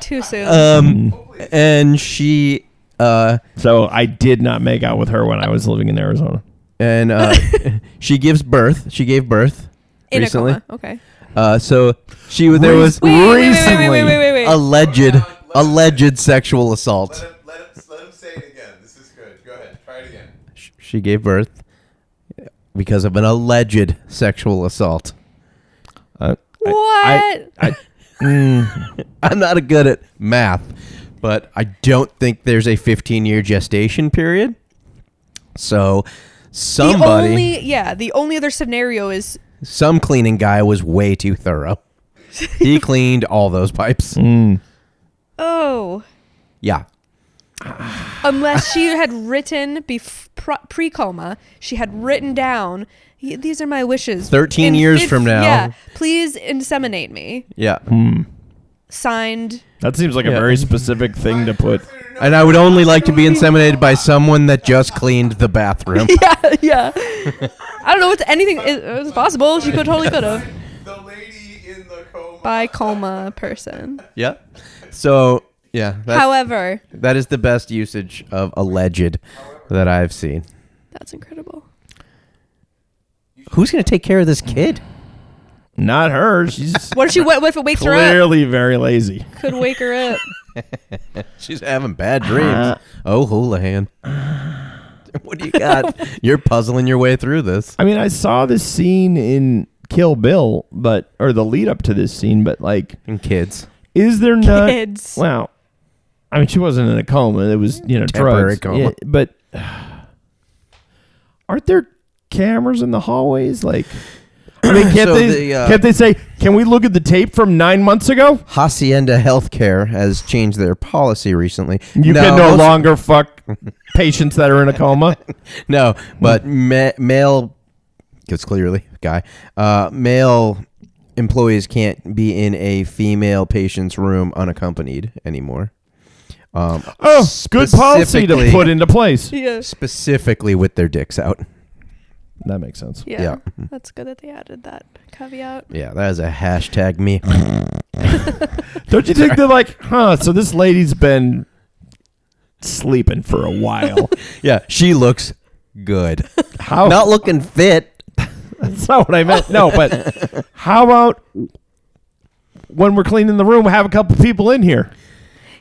[SPEAKER 3] Too soon.
[SPEAKER 5] Uh,
[SPEAKER 4] Um, and she uh,
[SPEAKER 5] so I did not make out with her when I was living in Arizona.
[SPEAKER 4] and uh, she gives birth. She gave birth
[SPEAKER 3] in
[SPEAKER 4] recently.
[SPEAKER 3] a coma. Okay.
[SPEAKER 4] Uh, so she was there was
[SPEAKER 3] Wait, wait, wait, wait, wait, wait, wait, wait.
[SPEAKER 4] alleged alleged sexual assault.
[SPEAKER 6] Let him, let, him, let him say it again. This is good. Go ahead. Try it again.
[SPEAKER 4] Sh- She gave birth because of an alleged sexual assault.
[SPEAKER 5] Uh, I,
[SPEAKER 3] what?
[SPEAKER 5] I, I,
[SPEAKER 4] I'm not a good at math, but I don't think there's a 15 year gestation period. So somebody,
[SPEAKER 3] The only yeah, the only other scenario is
[SPEAKER 4] some cleaning guy was way too thorough. he cleaned all those pipes.
[SPEAKER 3] oh,
[SPEAKER 4] Yeah.
[SPEAKER 3] unless she had written bef- pro- pre-coma, she had written down "Y- these are my wishes.
[SPEAKER 4] 13
[SPEAKER 3] In
[SPEAKER 4] years
[SPEAKER 3] fif-
[SPEAKER 4] from now.
[SPEAKER 3] Yeah, please inseminate me.
[SPEAKER 4] Yeah.
[SPEAKER 3] Signed.
[SPEAKER 5] that seems like a
[SPEAKER 4] Yeah.
[SPEAKER 5] very specific thing to put.
[SPEAKER 4] And I would only like to be inseminated by someone that just cleaned the bathroom.
[SPEAKER 3] Yeah, yeah. I don't know what's anything. It, it was possible. She could totally could have.
[SPEAKER 6] The lady in the coma.
[SPEAKER 3] By coma person.
[SPEAKER 4] yeah. So, yeah. That,
[SPEAKER 3] However,
[SPEAKER 4] that is the best usage of alleged that I've seen.
[SPEAKER 3] that's incredible.
[SPEAKER 4] Who's going to take care of this kid?
[SPEAKER 5] Not her. She's
[SPEAKER 3] What if she what if it wakes her up?
[SPEAKER 5] clearly very lazy.
[SPEAKER 3] Could wake her up.
[SPEAKER 4] She's having bad dreams. oh, Houlihan. What do you got? You're puzzling your way through this.
[SPEAKER 5] I mean, I saw this scene in Kill Bill, but or the lead up to this scene, but like,
[SPEAKER 4] And kids.
[SPEAKER 5] is there not?
[SPEAKER 3] Kids.
[SPEAKER 5] Wow. I mean, she wasn't in a coma. It was you know
[SPEAKER 4] Temporary
[SPEAKER 5] drugs.
[SPEAKER 4] coma.
[SPEAKER 5] Yeah, but aren't there cameras in the hallways? Like, I mean, can't
[SPEAKER 4] So
[SPEAKER 5] they?
[SPEAKER 4] the, uh,
[SPEAKER 5] can't they say? Can we look at the tape from nine months ago?
[SPEAKER 4] Hacienda Healthcare has changed their policy recently.
[SPEAKER 5] You can no
[SPEAKER 4] most-
[SPEAKER 5] longer fuck patients that are in a coma.
[SPEAKER 4] No, but ma- male, because clearly guy, uh, male employees can't be in a female patient's room unaccompanied anymore. Um,
[SPEAKER 5] Oh, good policy to
[SPEAKER 4] Specifically-
[SPEAKER 5] put into place.
[SPEAKER 3] Yeah.
[SPEAKER 4] specifically with their dicks out.
[SPEAKER 5] That makes sense.
[SPEAKER 3] Yeah.
[SPEAKER 4] Yeah.
[SPEAKER 3] That's good that they added that caveat.
[SPEAKER 4] Yeah, that is a hashtag me.
[SPEAKER 5] Don't you think they're like, huh? So this lady's been sleeping for a while.
[SPEAKER 4] yeah, she looks good.
[SPEAKER 5] How?
[SPEAKER 4] Not looking fit.
[SPEAKER 5] that's not what I meant. No, but how about when we're cleaning the room, have a couple people in here?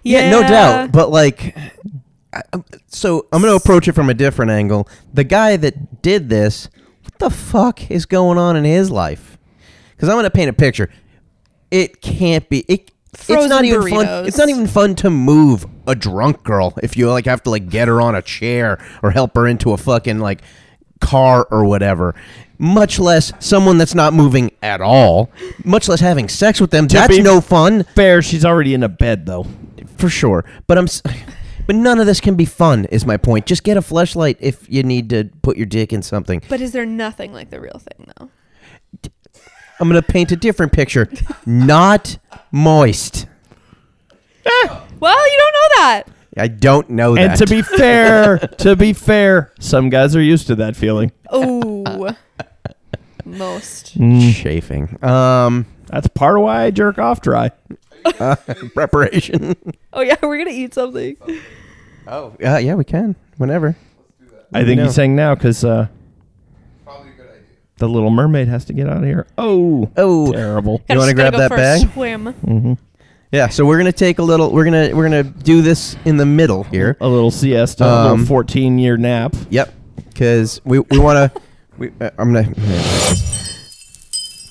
[SPEAKER 4] Yeah, no doubt. But like, I, I'm- so I'm gonna approach it from a different angle. The guy that did this, what the fuck is going on in his life? Because I'm gonna paint a picture. It can't be. It, it's
[SPEAKER 3] Frozen
[SPEAKER 4] not even fun.
[SPEAKER 3] burritos.
[SPEAKER 4] It's not even fun to move a drunk girl if you like have to like get her on a chair or help her into a fucking like car or whatever. Much less someone that's not moving at all. Much less having sex with them. That's
[SPEAKER 5] be-
[SPEAKER 4] no fun
[SPEAKER 5] Fair. She's already in a bed though.
[SPEAKER 4] for sure. But I'm, s- but none of this can be fun. Is my point? Just get a flashlight if you need to put your dick in something.
[SPEAKER 3] But is there nothing like the real thing though?
[SPEAKER 4] I'm gonna paint a different picture. Not moist.
[SPEAKER 3] Well, you don't know that.
[SPEAKER 4] I don't know that.
[SPEAKER 5] And to be fair, to be fair, some guys are used to that feeling.
[SPEAKER 3] Oh. Most.
[SPEAKER 5] Mm.
[SPEAKER 4] chafing. Um,
[SPEAKER 5] That's part of why I jerk off dry.
[SPEAKER 4] preparation.
[SPEAKER 3] Oh yeah, we're gonna eat something.
[SPEAKER 4] Oh, uh, yeah, we can whenever.
[SPEAKER 5] I think
[SPEAKER 4] No.
[SPEAKER 5] he's saying now because uh,
[SPEAKER 6] Probably a good idea.
[SPEAKER 5] the Little Mermaid has to get out of here. Oh,
[SPEAKER 4] Oh,
[SPEAKER 5] terrible.
[SPEAKER 4] You wanna
[SPEAKER 3] Just gotta
[SPEAKER 4] grab
[SPEAKER 3] go
[SPEAKER 4] that
[SPEAKER 3] for a
[SPEAKER 4] bag? Mm-hmm.
[SPEAKER 3] Swim.
[SPEAKER 4] yeah. So we're gonna take a little. We're gonna we're gonna do this in the middle here.
[SPEAKER 5] A little siesta, a
[SPEAKER 4] Um,
[SPEAKER 5] little fourteen-year nap.
[SPEAKER 4] Yep. Because we we wanna. we uh, I'm gonna.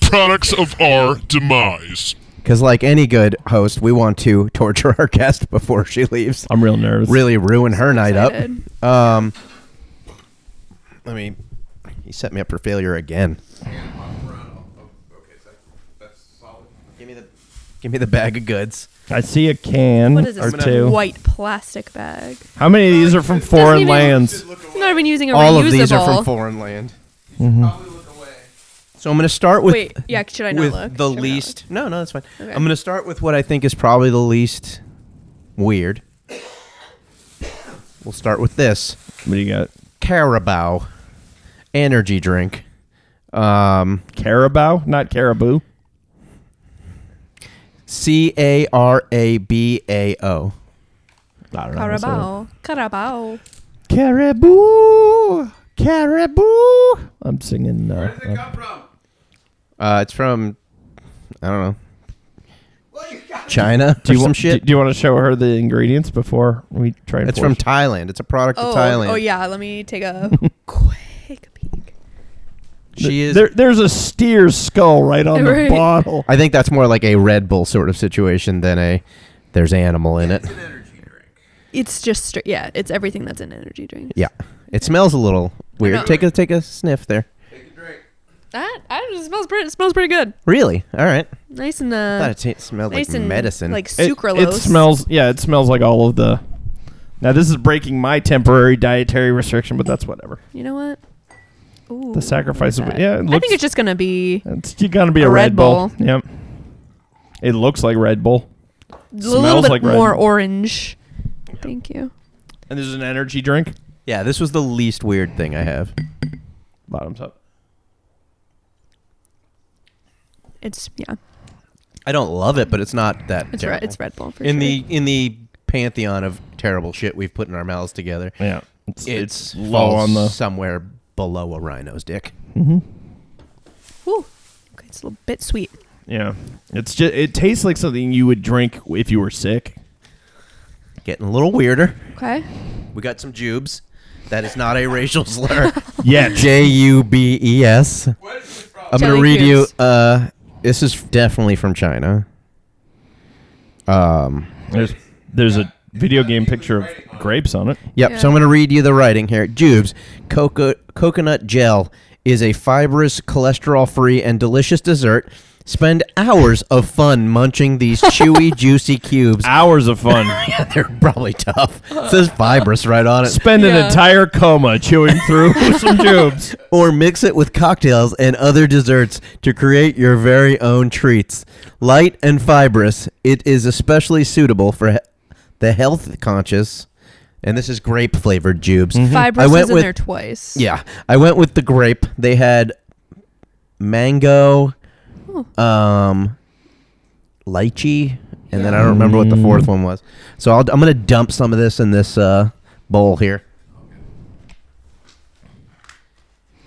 [SPEAKER 7] Products of our demise.
[SPEAKER 4] Because like any good host, we want to torture our guest before she leaves.
[SPEAKER 5] I'm real nervous.
[SPEAKER 4] really ruin her night
[SPEAKER 3] excited.
[SPEAKER 4] up. Um, let me. He set me up for failure again.
[SPEAKER 6] And hop around. Oh, oh, okay, so that's solid.
[SPEAKER 4] Give me the. Give me the bag of goods.
[SPEAKER 5] I see a can
[SPEAKER 3] What is
[SPEAKER 5] or
[SPEAKER 3] this
[SPEAKER 5] two.
[SPEAKER 3] white plastic bag?
[SPEAKER 5] How many of these are from foreign
[SPEAKER 3] even-
[SPEAKER 5] lands?
[SPEAKER 3] It's not even using a
[SPEAKER 4] All
[SPEAKER 3] reusable.
[SPEAKER 4] of these are from foreign land.
[SPEAKER 5] Mm-hmm.
[SPEAKER 6] Probably look away.
[SPEAKER 4] So I'm going to start with
[SPEAKER 3] Wait, yeah. Should I not
[SPEAKER 4] with
[SPEAKER 3] look?
[SPEAKER 4] the
[SPEAKER 3] Should I not
[SPEAKER 4] least. No, no, that's fine.
[SPEAKER 3] Okay.
[SPEAKER 4] I'm going to start with what I think is probably the least weird. We'll start with this
[SPEAKER 5] What do you got?
[SPEAKER 4] Carabao energy drink. Um,
[SPEAKER 5] Carabao, not caribou.
[SPEAKER 4] C A R A B A O.
[SPEAKER 5] I don't know.
[SPEAKER 3] look? Carabao. Carabao.
[SPEAKER 5] Caribou. Caribou. I'm singing. Uh,
[SPEAKER 6] Where did it come from?
[SPEAKER 4] Uh, it's from I don't know
[SPEAKER 6] Well, you got it.
[SPEAKER 4] China
[SPEAKER 5] do
[SPEAKER 4] or
[SPEAKER 5] you
[SPEAKER 4] some
[SPEAKER 5] want?
[SPEAKER 4] shit.
[SPEAKER 5] Do, you want to show her the ingredients before we try? And
[SPEAKER 4] it's from
[SPEAKER 5] force-
[SPEAKER 4] Thailand. It's a product
[SPEAKER 3] Oh,
[SPEAKER 4] of Thailand.
[SPEAKER 3] oh yeah. Let me take a quick peek.
[SPEAKER 4] She is.
[SPEAKER 5] There, there's a steer's skull right on the
[SPEAKER 3] Right.
[SPEAKER 5] bottle.
[SPEAKER 4] I think that's more like a Red Bull sort of situation than a there's animal in it.
[SPEAKER 6] It's an energy drink.
[SPEAKER 3] It's just straight. Yeah, it's everything that's in energy drinks.
[SPEAKER 4] Yeah, it smells a little weird.
[SPEAKER 3] know.
[SPEAKER 4] Take a take a sniff there.
[SPEAKER 6] Take a drink.
[SPEAKER 3] That I it smells pretty. It smells pretty good.
[SPEAKER 4] Really? All right.
[SPEAKER 3] Nice and
[SPEAKER 4] I thought
[SPEAKER 3] uh,
[SPEAKER 4] it ta- smelled
[SPEAKER 3] nice
[SPEAKER 4] like
[SPEAKER 3] and
[SPEAKER 4] medicine.
[SPEAKER 3] like
[SPEAKER 5] It-
[SPEAKER 3] sucralose.
[SPEAKER 5] It, smells. Yeah, it smells like all of the. Now this is breaking my temporary dietary restriction, but that's whatever.
[SPEAKER 3] You know what? Ooh,
[SPEAKER 5] The sacrifice of
[SPEAKER 3] look at
[SPEAKER 5] it.
[SPEAKER 3] that.
[SPEAKER 5] Yeah, it looks.
[SPEAKER 3] I think it's just gonna be
[SPEAKER 5] It's you gotta be a,
[SPEAKER 3] A
[SPEAKER 5] Red,
[SPEAKER 3] Red
[SPEAKER 5] Bull.
[SPEAKER 3] Bull.
[SPEAKER 5] Yep. It looks like Red Bull.
[SPEAKER 3] a little
[SPEAKER 5] smells
[SPEAKER 3] bit
[SPEAKER 5] like red.
[SPEAKER 3] more orange. Thank you.
[SPEAKER 5] And there's an energy drink.
[SPEAKER 4] yeah, this was the least weird thing I have.
[SPEAKER 5] Bottoms up.
[SPEAKER 3] It's yeah.
[SPEAKER 4] I don't love it, but it's not that.
[SPEAKER 3] It's
[SPEAKER 4] terrible.
[SPEAKER 3] red, it's Red Bull for
[SPEAKER 4] in
[SPEAKER 3] sure.
[SPEAKER 4] the in the pantheon of terrible shit we've put in our mouths together.
[SPEAKER 5] Yeah. It's,
[SPEAKER 4] It's,
[SPEAKER 5] it's low on the
[SPEAKER 4] somewhere below a rhino's dick.
[SPEAKER 3] Ooh. Okay, it's a little bit sweet.
[SPEAKER 5] Yeah. It's just it tastes like something you would drink if you were sick.
[SPEAKER 4] Getting a little weirder.
[SPEAKER 3] Okay.
[SPEAKER 5] Mm-hmm.
[SPEAKER 4] We got some jubes. That is not a racial slur.
[SPEAKER 5] Yeah.
[SPEAKER 4] J U B E S. I'm
[SPEAKER 6] Where did this from?
[SPEAKER 4] gonna
[SPEAKER 3] Jelly
[SPEAKER 4] read you.
[SPEAKER 3] cubes.
[SPEAKER 4] Uh, this is definitely from China. Um.
[SPEAKER 5] there's there's a video game picture of grapes on it.
[SPEAKER 4] Yep. So
[SPEAKER 3] Yeah.
[SPEAKER 4] I'm going to read you the writing here. Jubes, coco- coconut gel is a fibrous, cholesterol-free, and delicious dessert. Spend hours of fun munching these chewy, juicy cubes.
[SPEAKER 5] Hours of fun.
[SPEAKER 4] They're probably tough. It says fibrous right on it.
[SPEAKER 5] Spend an
[SPEAKER 3] Yeah.
[SPEAKER 5] entire coma chewing through some tubes.
[SPEAKER 4] Or mix it with cocktails and other desserts to create your very own treats. Light and fibrous, it is especially suitable for he- the health conscious. And this is grape flavored jubes.
[SPEAKER 3] Fibrous
[SPEAKER 4] I went
[SPEAKER 3] is in
[SPEAKER 4] with-
[SPEAKER 3] there twice.
[SPEAKER 4] Yeah, I went with the grape. They had mango, um, lychee, and then I don't remember what the fourth one was. So I'll, I'm gonna dump some of this in this uh, bowl here.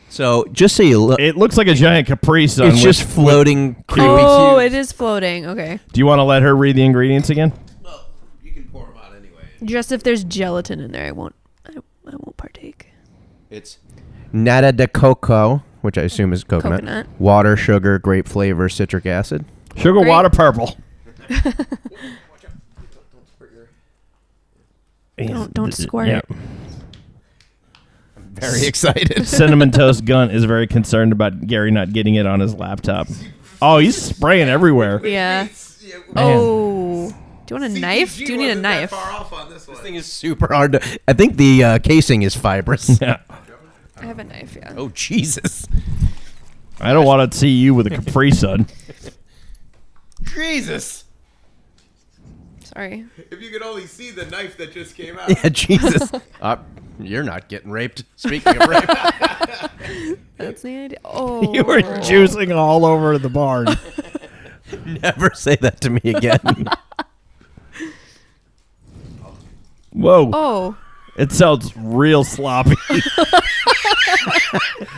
[SPEAKER 4] So just so you look,
[SPEAKER 5] It looks like a giant Capri Sun.
[SPEAKER 4] it's
[SPEAKER 5] with-
[SPEAKER 4] just floating creepy.
[SPEAKER 3] Oh,
[SPEAKER 4] cubes.
[SPEAKER 3] it is floating. Okay.
[SPEAKER 5] do you want to let her read the ingredients again?
[SPEAKER 6] Well, you can pour them out anyway.
[SPEAKER 3] Just if there's gelatin in there, I won't. I, I won't partake.
[SPEAKER 4] It's nata de coco, which I assume is coconut,
[SPEAKER 3] Coconut.
[SPEAKER 4] water, sugar, grape flavor, citric acid.
[SPEAKER 5] Sugar
[SPEAKER 3] Grape.
[SPEAKER 5] water purple.
[SPEAKER 3] Don't don't squirt
[SPEAKER 5] Yeah.
[SPEAKER 3] it.
[SPEAKER 4] Very excited.
[SPEAKER 5] Cinnamon Toast Gun is very concerned about Gary not getting it on his laptop. Oh, he's spraying everywhere.
[SPEAKER 3] Yeah.
[SPEAKER 6] It's- yeah,
[SPEAKER 3] Oh. Do you want a
[SPEAKER 6] CTG
[SPEAKER 3] knife? Do you need a
[SPEAKER 6] wasn't that
[SPEAKER 3] knife?
[SPEAKER 6] Far off on this one.
[SPEAKER 4] This thing is super hard to. I think the uh, casing is fibrous.
[SPEAKER 5] Yeah.
[SPEAKER 3] I have a knife. Yeah.
[SPEAKER 4] Oh Jesus!
[SPEAKER 5] I don't want to see you with a Capri Sun.
[SPEAKER 4] Jesus!
[SPEAKER 3] Sorry.
[SPEAKER 6] If you could only see the knife that just came out.
[SPEAKER 4] Yeah, Jesus! uh, you're not getting raped. Speaking of rape,
[SPEAKER 3] That's the idea. Oh.
[SPEAKER 5] You were juicing all over the barn.
[SPEAKER 4] never say that to me again.
[SPEAKER 5] Whoa.
[SPEAKER 3] Oh.
[SPEAKER 5] It sounds real sloppy.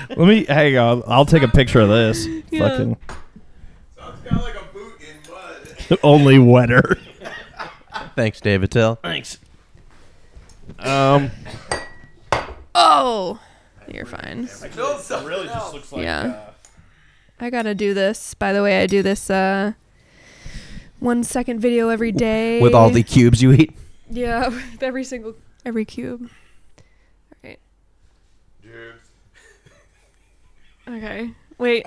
[SPEAKER 5] Let me hang on. I'll take a picture of this.
[SPEAKER 3] Yeah.
[SPEAKER 5] Fucking
[SPEAKER 6] Sounds kind of like a boot in mud.
[SPEAKER 5] only wetter.
[SPEAKER 4] Thanks, Dave Attell.
[SPEAKER 5] Thanks. Um
[SPEAKER 3] Oh. You're fine.
[SPEAKER 6] Build something
[SPEAKER 5] really
[SPEAKER 6] else.
[SPEAKER 5] just looks like uh,
[SPEAKER 3] Yeah. I gotta do this. By the way, I do this uh one second video every day.
[SPEAKER 4] With all the cubes you eat,
[SPEAKER 3] Yeah, with every single every cube. All right.
[SPEAKER 6] Dude.
[SPEAKER 3] Okay. Wait.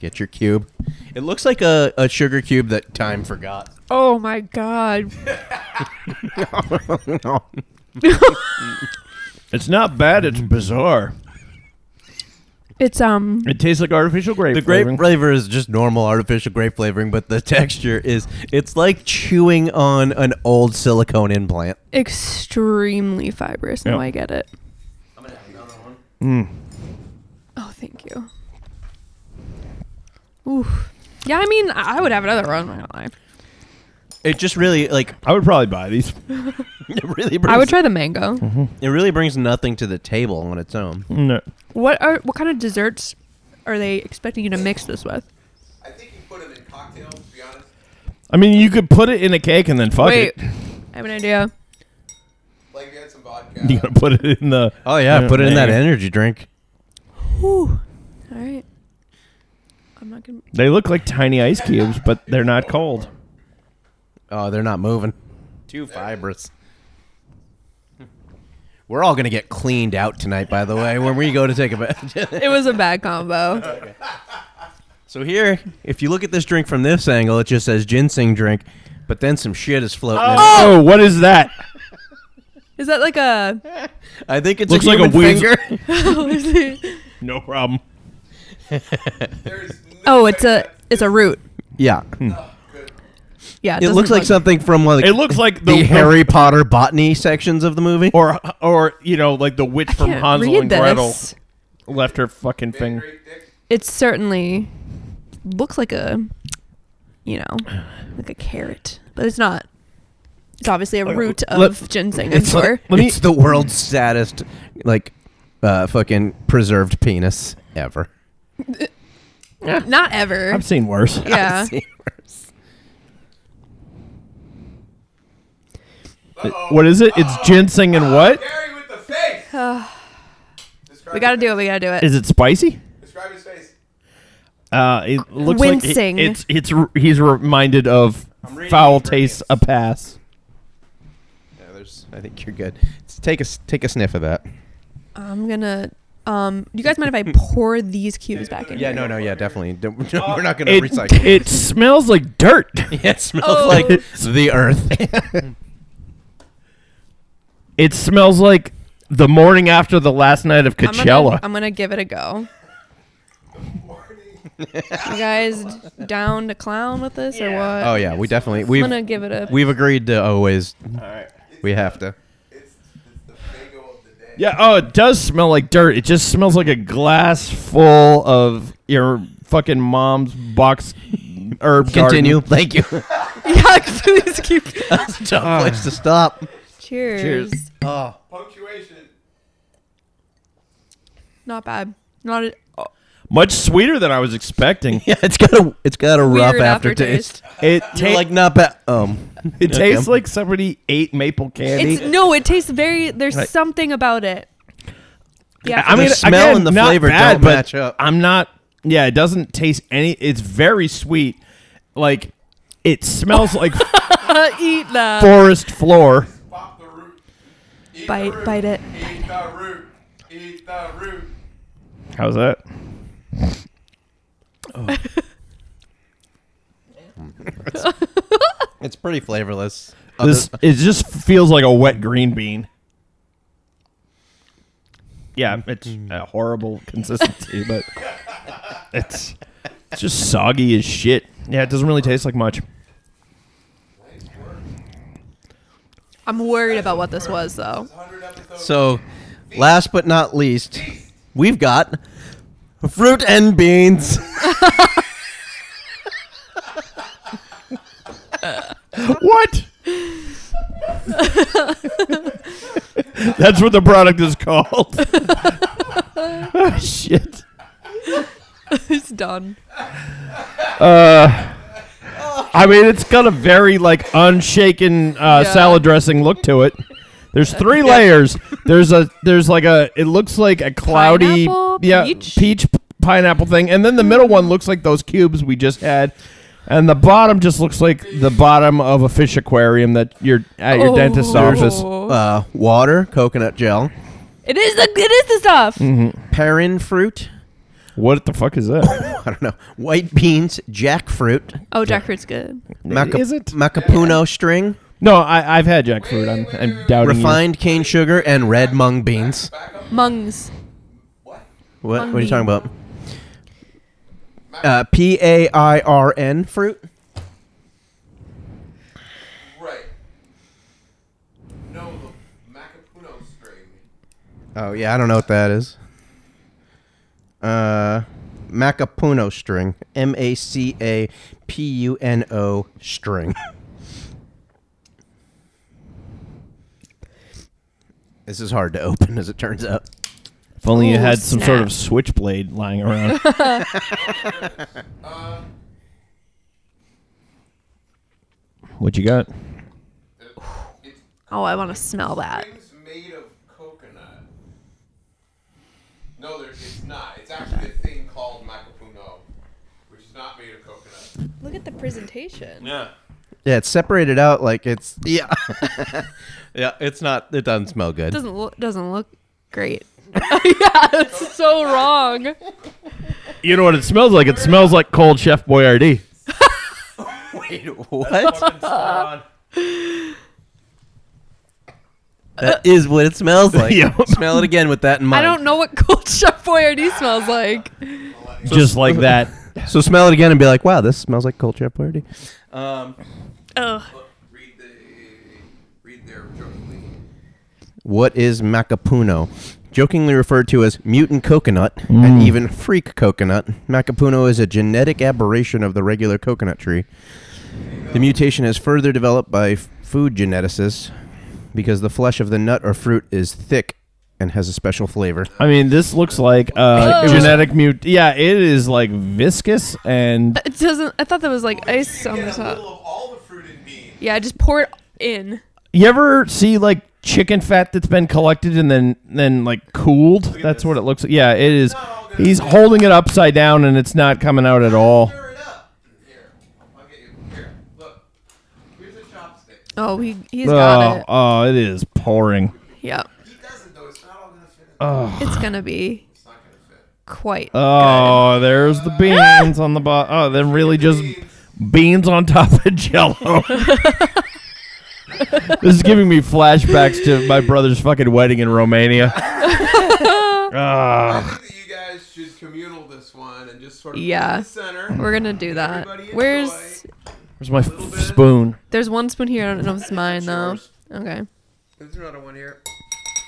[SPEAKER 4] Get your cube. It looks like a, a sugar cube that time forgot.
[SPEAKER 3] Oh my god.
[SPEAKER 5] It's not bad. It's bizarre.
[SPEAKER 3] It's um
[SPEAKER 5] It tastes like artificial grape.
[SPEAKER 4] The grape
[SPEAKER 5] flavoring.
[SPEAKER 4] flavor is just normal artificial grape flavoring, but the texture is it's like chewing on an old silicone implant.
[SPEAKER 3] extremely fibrous. Now
[SPEAKER 5] Yeah. Mm.
[SPEAKER 3] I get it. Oh, thank you. Ooh. Yeah, I mean, I I would have another one. I'm not gonna lie.
[SPEAKER 4] It just really like
[SPEAKER 5] I would probably buy these.
[SPEAKER 4] it really brings
[SPEAKER 3] I would try the mango.
[SPEAKER 5] Mm-hmm.
[SPEAKER 4] it really brings nothing to the table on its own.
[SPEAKER 5] No.
[SPEAKER 3] What are what kind of desserts are they expecting you to mix this with?
[SPEAKER 6] I think you put them in cocktails, to be honest.
[SPEAKER 5] I mean, you could put it in a cake and then fuck
[SPEAKER 3] Wait,
[SPEAKER 5] it.
[SPEAKER 3] I have an idea.
[SPEAKER 6] Like if you had some vodka.
[SPEAKER 5] You gotta put it in the.
[SPEAKER 4] Oh yeah,
[SPEAKER 5] Yeah,
[SPEAKER 4] put it in that
[SPEAKER 5] maybe.
[SPEAKER 4] energy drink.
[SPEAKER 3] Whew. All right. I'm not gonna.
[SPEAKER 5] They look like tiny ice cubes, but they're not cold.
[SPEAKER 4] Oh, they're not moving. Too fibrous. We're all gonna get cleaned out tonight, by the way, when we go to take a bath.
[SPEAKER 3] It was a bad combo.
[SPEAKER 4] so here, if you look at this drink from this angle, it just says ginseng drink, but then some shit is floating. in it.
[SPEAKER 5] Oh, what is that?
[SPEAKER 3] Is that like a?
[SPEAKER 4] I think it's
[SPEAKER 5] Looks
[SPEAKER 4] a
[SPEAKER 5] like a
[SPEAKER 4] human
[SPEAKER 5] weasel.
[SPEAKER 4] finger.
[SPEAKER 5] No problem.
[SPEAKER 6] There's no
[SPEAKER 3] oh, it's
[SPEAKER 6] way
[SPEAKER 3] a
[SPEAKER 6] that-
[SPEAKER 3] it's a root.
[SPEAKER 4] yeah,
[SPEAKER 6] Oh, good.
[SPEAKER 3] Yeah,
[SPEAKER 4] it
[SPEAKER 3] doesn't
[SPEAKER 4] looks like
[SPEAKER 3] look-
[SPEAKER 4] something from like
[SPEAKER 5] It looks like
[SPEAKER 4] the
[SPEAKER 5] the,
[SPEAKER 4] Harry Potter botany sections of the movie.
[SPEAKER 5] or or you know like the witch
[SPEAKER 3] I
[SPEAKER 5] from
[SPEAKER 3] can't
[SPEAKER 5] Hansel
[SPEAKER 3] read
[SPEAKER 5] and
[SPEAKER 3] this.
[SPEAKER 5] Gretel left her fucking
[SPEAKER 6] Big
[SPEAKER 5] finger.
[SPEAKER 6] great dick.
[SPEAKER 3] It certainly looks like a, you know, like a carrot, but it's not. It's obviously a root of
[SPEAKER 5] let-
[SPEAKER 3] ginseng. I'm sure.
[SPEAKER 5] Let me-
[SPEAKER 4] Oh, it's the world's saddest, like, uh, fucking preserved penis ever.
[SPEAKER 3] not ever.
[SPEAKER 5] I've seen worse.
[SPEAKER 3] yeah.
[SPEAKER 5] What is it? It's ginseng and what?
[SPEAKER 6] Gary with the face. Describe
[SPEAKER 3] We gotta
[SPEAKER 6] his
[SPEAKER 3] do it.
[SPEAKER 6] face.
[SPEAKER 3] We gotta do it.
[SPEAKER 5] Is it spicy?
[SPEAKER 6] Describe his face.
[SPEAKER 5] Uh, it looks
[SPEAKER 3] Wincing.
[SPEAKER 5] like it- it's it's r- he's reminded of
[SPEAKER 6] reading
[SPEAKER 5] foul
[SPEAKER 6] ingredients.
[SPEAKER 5] taste a pass.
[SPEAKER 4] Yeah, there's, I think you're good. Let's take a s- take a sniff of that.
[SPEAKER 3] I'm gonna. Um, do you guys mind if I pour these cubes back in?
[SPEAKER 4] Yeah,
[SPEAKER 3] here?
[SPEAKER 4] no, no, yeah, definitely. Don't,
[SPEAKER 5] Oh.
[SPEAKER 4] we're not gonna
[SPEAKER 5] It,
[SPEAKER 4] recycle.
[SPEAKER 5] it smells like dirt.
[SPEAKER 4] it smells
[SPEAKER 3] Oh.
[SPEAKER 4] like the earth.
[SPEAKER 5] It smells like the morning after the last night of
[SPEAKER 3] I'm gonna,
[SPEAKER 5] Coachella.
[SPEAKER 3] I'm gonna give it a go. you guys down to clown with this or what?
[SPEAKER 4] oh yeah, we definitely
[SPEAKER 3] I'm
[SPEAKER 4] we've
[SPEAKER 3] gonna give it a.
[SPEAKER 4] we've agreed to always. We have to.
[SPEAKER 6] It's, it's the fago of the day.
[SPEAKER 5] yeah. Oh, it does smell like dirt. It just smells like a glass full of your fucking mom's box herb garden.
[SPEAKER 4] Continue. Thank you.
[SPEAKER 3] yeah, please keep.
[SPEAKER 4] That's a tough place to stop.
[SPEAKER 3] Cheers.
[SPEAKER 5] Cheers.
[SPEAKER 6] Punctuation.
[SPEAKER 3] Not bad. Not a
[SPEAKER 5] Much sweeter than I was expecting.
[SPEAKER 4] Yeah, it's got a it's got a rough
[SPEAKER 3] weird
[SPEAKER 4] aftertaste.
[SPEAKER 3] aftertaste.
[SPEAKER 5] It
[SPEAKER 4] You're
[SPEAKER 5] ta-
[SPEAKER 4] like not bad. Um,
[SPEAKER 5] it
[SPEAKER 4] okay.
[SPEAKER 5] tastes like somebody ate maple candy.
[SPEAKER 3] It's no, it tastes very. There's something about it. Yeah,
[SPEAKER 5] I mean,
[SPEAKER 4] smell
[SPEAKER 5] again,
[SPEAKER 4] and the
[SPEAKER 5] not
[SPEAKER 4] flavor
[SPEAKER 5] bad,
[SPEAKER 4] don't
[SPEAKER 5] but
[SPEAKER 4] match up.
[SPEAKER 5] I'm not. Yeah, it doesn't taste any. It's very sweet. Like it smells like
[SPEAKER 3] eat that.
[SPEAKER 5] forest floor.
[SPEAKER 6] Pop the root. Eat
[SPEAKER 3] Bite-
[SPEAKER 6] the root.
[SPEAKER 3] bite it.
[SPEAKER 6] Eat the root. Eat the root.
[SPEAKER 5] How's that?
[SPEAKER 4] it's pretty flavorless.
[SPEAKER 5] This it just feels like a wet green bean. Yeah, it's
[SPEAKER 4] Hmm.
[SPEAKER 5] a horrible consistency, but it's, it's just soggy as shit. Yeah, it doesn't really taste like much.
[SPEAKER 3] I'm worried about what this was though.
[SPEAKER 6] 100 episodes.
[SPEAKER 4] So, last but not least, we've got fruit and beans.
[SPEAKER 5] What? That's what the product is called. Ah, shit.
[SPEAKER 3] it's done.
[SPEAKER 5] I mean, it's got a very like unshaken
[SPEAKER 3] Yeah.
[SPEAKER 5] uh, salad dressing look to it. There's three layers. There's a there's like a it looks like a cloudy
[SPEAKER 3] Pineapple,
[SPEAKER 5] yeah
[SPEAKER 3] peach?
[SPEAKER 5] peach p- pineapple thing, and then the middle one looks like those cubes we just had, and the bottom just looks like the bottom of a fish aquarium that you're at your dentist's
[SPEAKER 3] Oh.
[SPEAKER 5] office.
[SPEAKER 4] Uh, water, coconut gel, Mm-hmm.
[SPEAKER 3] It is the it is the stuff.
[SPEAKER 4] perin fruit,
[SPEAKER 5] What the fuck is that?
[SPEAKER 4] I don't know. White beans, jackfruit,
[SPEAKER 3] Oh, jackfruit's good.
[SPEAKER 4] maca-
[SPEAKER 5] Is it?
[SPEAKER 4] macapuno string,
[SPEAKER 5] no, I, I've had jackfruit. I'm, I'm doubting you.
[SPEAKER 4] refined cane sugar, and red mung beans.
[SPEAKER 3] Mungs.
[SPEAKER 4] What,
[SPEAKER 3] Mung
[SPEAKER 4] what are you talking
[SPEAKER 3] bean.
[SPEAKER 4] about? Uh, P A I R N fruit.
[SPEAKER 6] Right. No, the Macapuno string.
[SPEAKER 4] Oh yeah, I don't know what that is. Uh, macapuno string. M A C A P U N O string. this is hard to open, as it turns out.
[SPEAKER 5] If only you
[SPEAKER 3] Ooh,
[SPEAKER 5] had some sort
[SPEAKER 3] snap.
[SPEAKER 5] of switchblade lying around. what you got?
[SPEAKER 6] It's
[SPEAKER 3] Oh, I want to smell that.
[SPEAKER 6] things made of coconut. No, there, it's not. It's actually a thing called Macapuno, which is not made of coconut.
[SPEAKER 3] Look at the presentation.
[SPEAKER 6] Yeah.
[SPEAKER 4] Yeah, it's separated out like it's yeah, yeah. It's not. It doesn't smell good.
[SPEAKER 3] Doesn't look doesn't look great. yeah, it's so wrong.
[SPEAKER 5] You know what it smells like? It smells like cold Chef Boyardee.
[SPEAKER 4] Wait, what? that is what it smells like.
[SPEAKER 5] Yeah.
[SPEAKER 4] Smell it again with that in
[SPEAKER 3] I
[SPEAKER 4] mind.
[SPEAKER 3] don't know what cold Chef Boyardee smells like.
[SPEAKER 5] Just like that.
[SPEAKER 4] So smell it again and be like, wow, this smells like cold chip already. Um,
[SPEAKER 3] Ugh.
[SPEAKER 6] Read the read their jokingly.
[SPEAKER 4] what is macapuno? Jokingly referred to as mutant coconut and even freak coconut, macapuno is a genetic aberration of the regular coconut tree. The mutation is further developed by f- food geneticists because the flesh of the nut or fruit is thick and has a special flavor.
[SPEAKER 5] I mean, this looks like uh, genetic mut. Yeah, it is like viscous and
[SPEAKER 3] It doesn't. I thought that was like ice on the
[SPEAKER 6] Get a
[SPEAKER 3] top.
[SPEAKER 6] little of all the fruit and bean.
[SPEAKER 3] Yeah, just pour it in.
[SPEAKER 5] You ever see like chicken fat that's been collected and then then like cooled? That's what it looks like. Yeah, it is. He's holding it upside down and it's not coming out at all.
[SPEAKER 6] Stir it up. Here, I'll get you. Here, look. Here's a chopstick.
[SPEAKER 3] Oh, he he's got
[SPEAKER 5] Oh,
[SPEAKER 3] it.
[SPEAKER 5] oh, it is pouring.
[SPEAKER 3] Yeah,
[SPEAKER 6] He doesn't though. It's not all gonna fit. In.
[SPEAKER 3] it's gonna be quite.
[SPEAKER 5] Oh, there's the beans on the bottom. Oh, then really just beans on top of jello. this is giving me flashbacks to my brother's fucking wedding in Romania.
[SPEAKER 6] I think that you guys should communal this one and just sort of put it
[SPEAKER 3] Yeah.
[SPEAKER 6] in the center.
[SPEAKER 3] We're gonna do that.
[SPEAKER 6] Everybody
[SPEAKER 3] Where's
[SPEAKER 5] Where's my f- spoon?
[SPEAKER 3] there's one spoon here. I don't know if it's mine though. Okay.
[SPEAKER 6] There's another one here. Wait,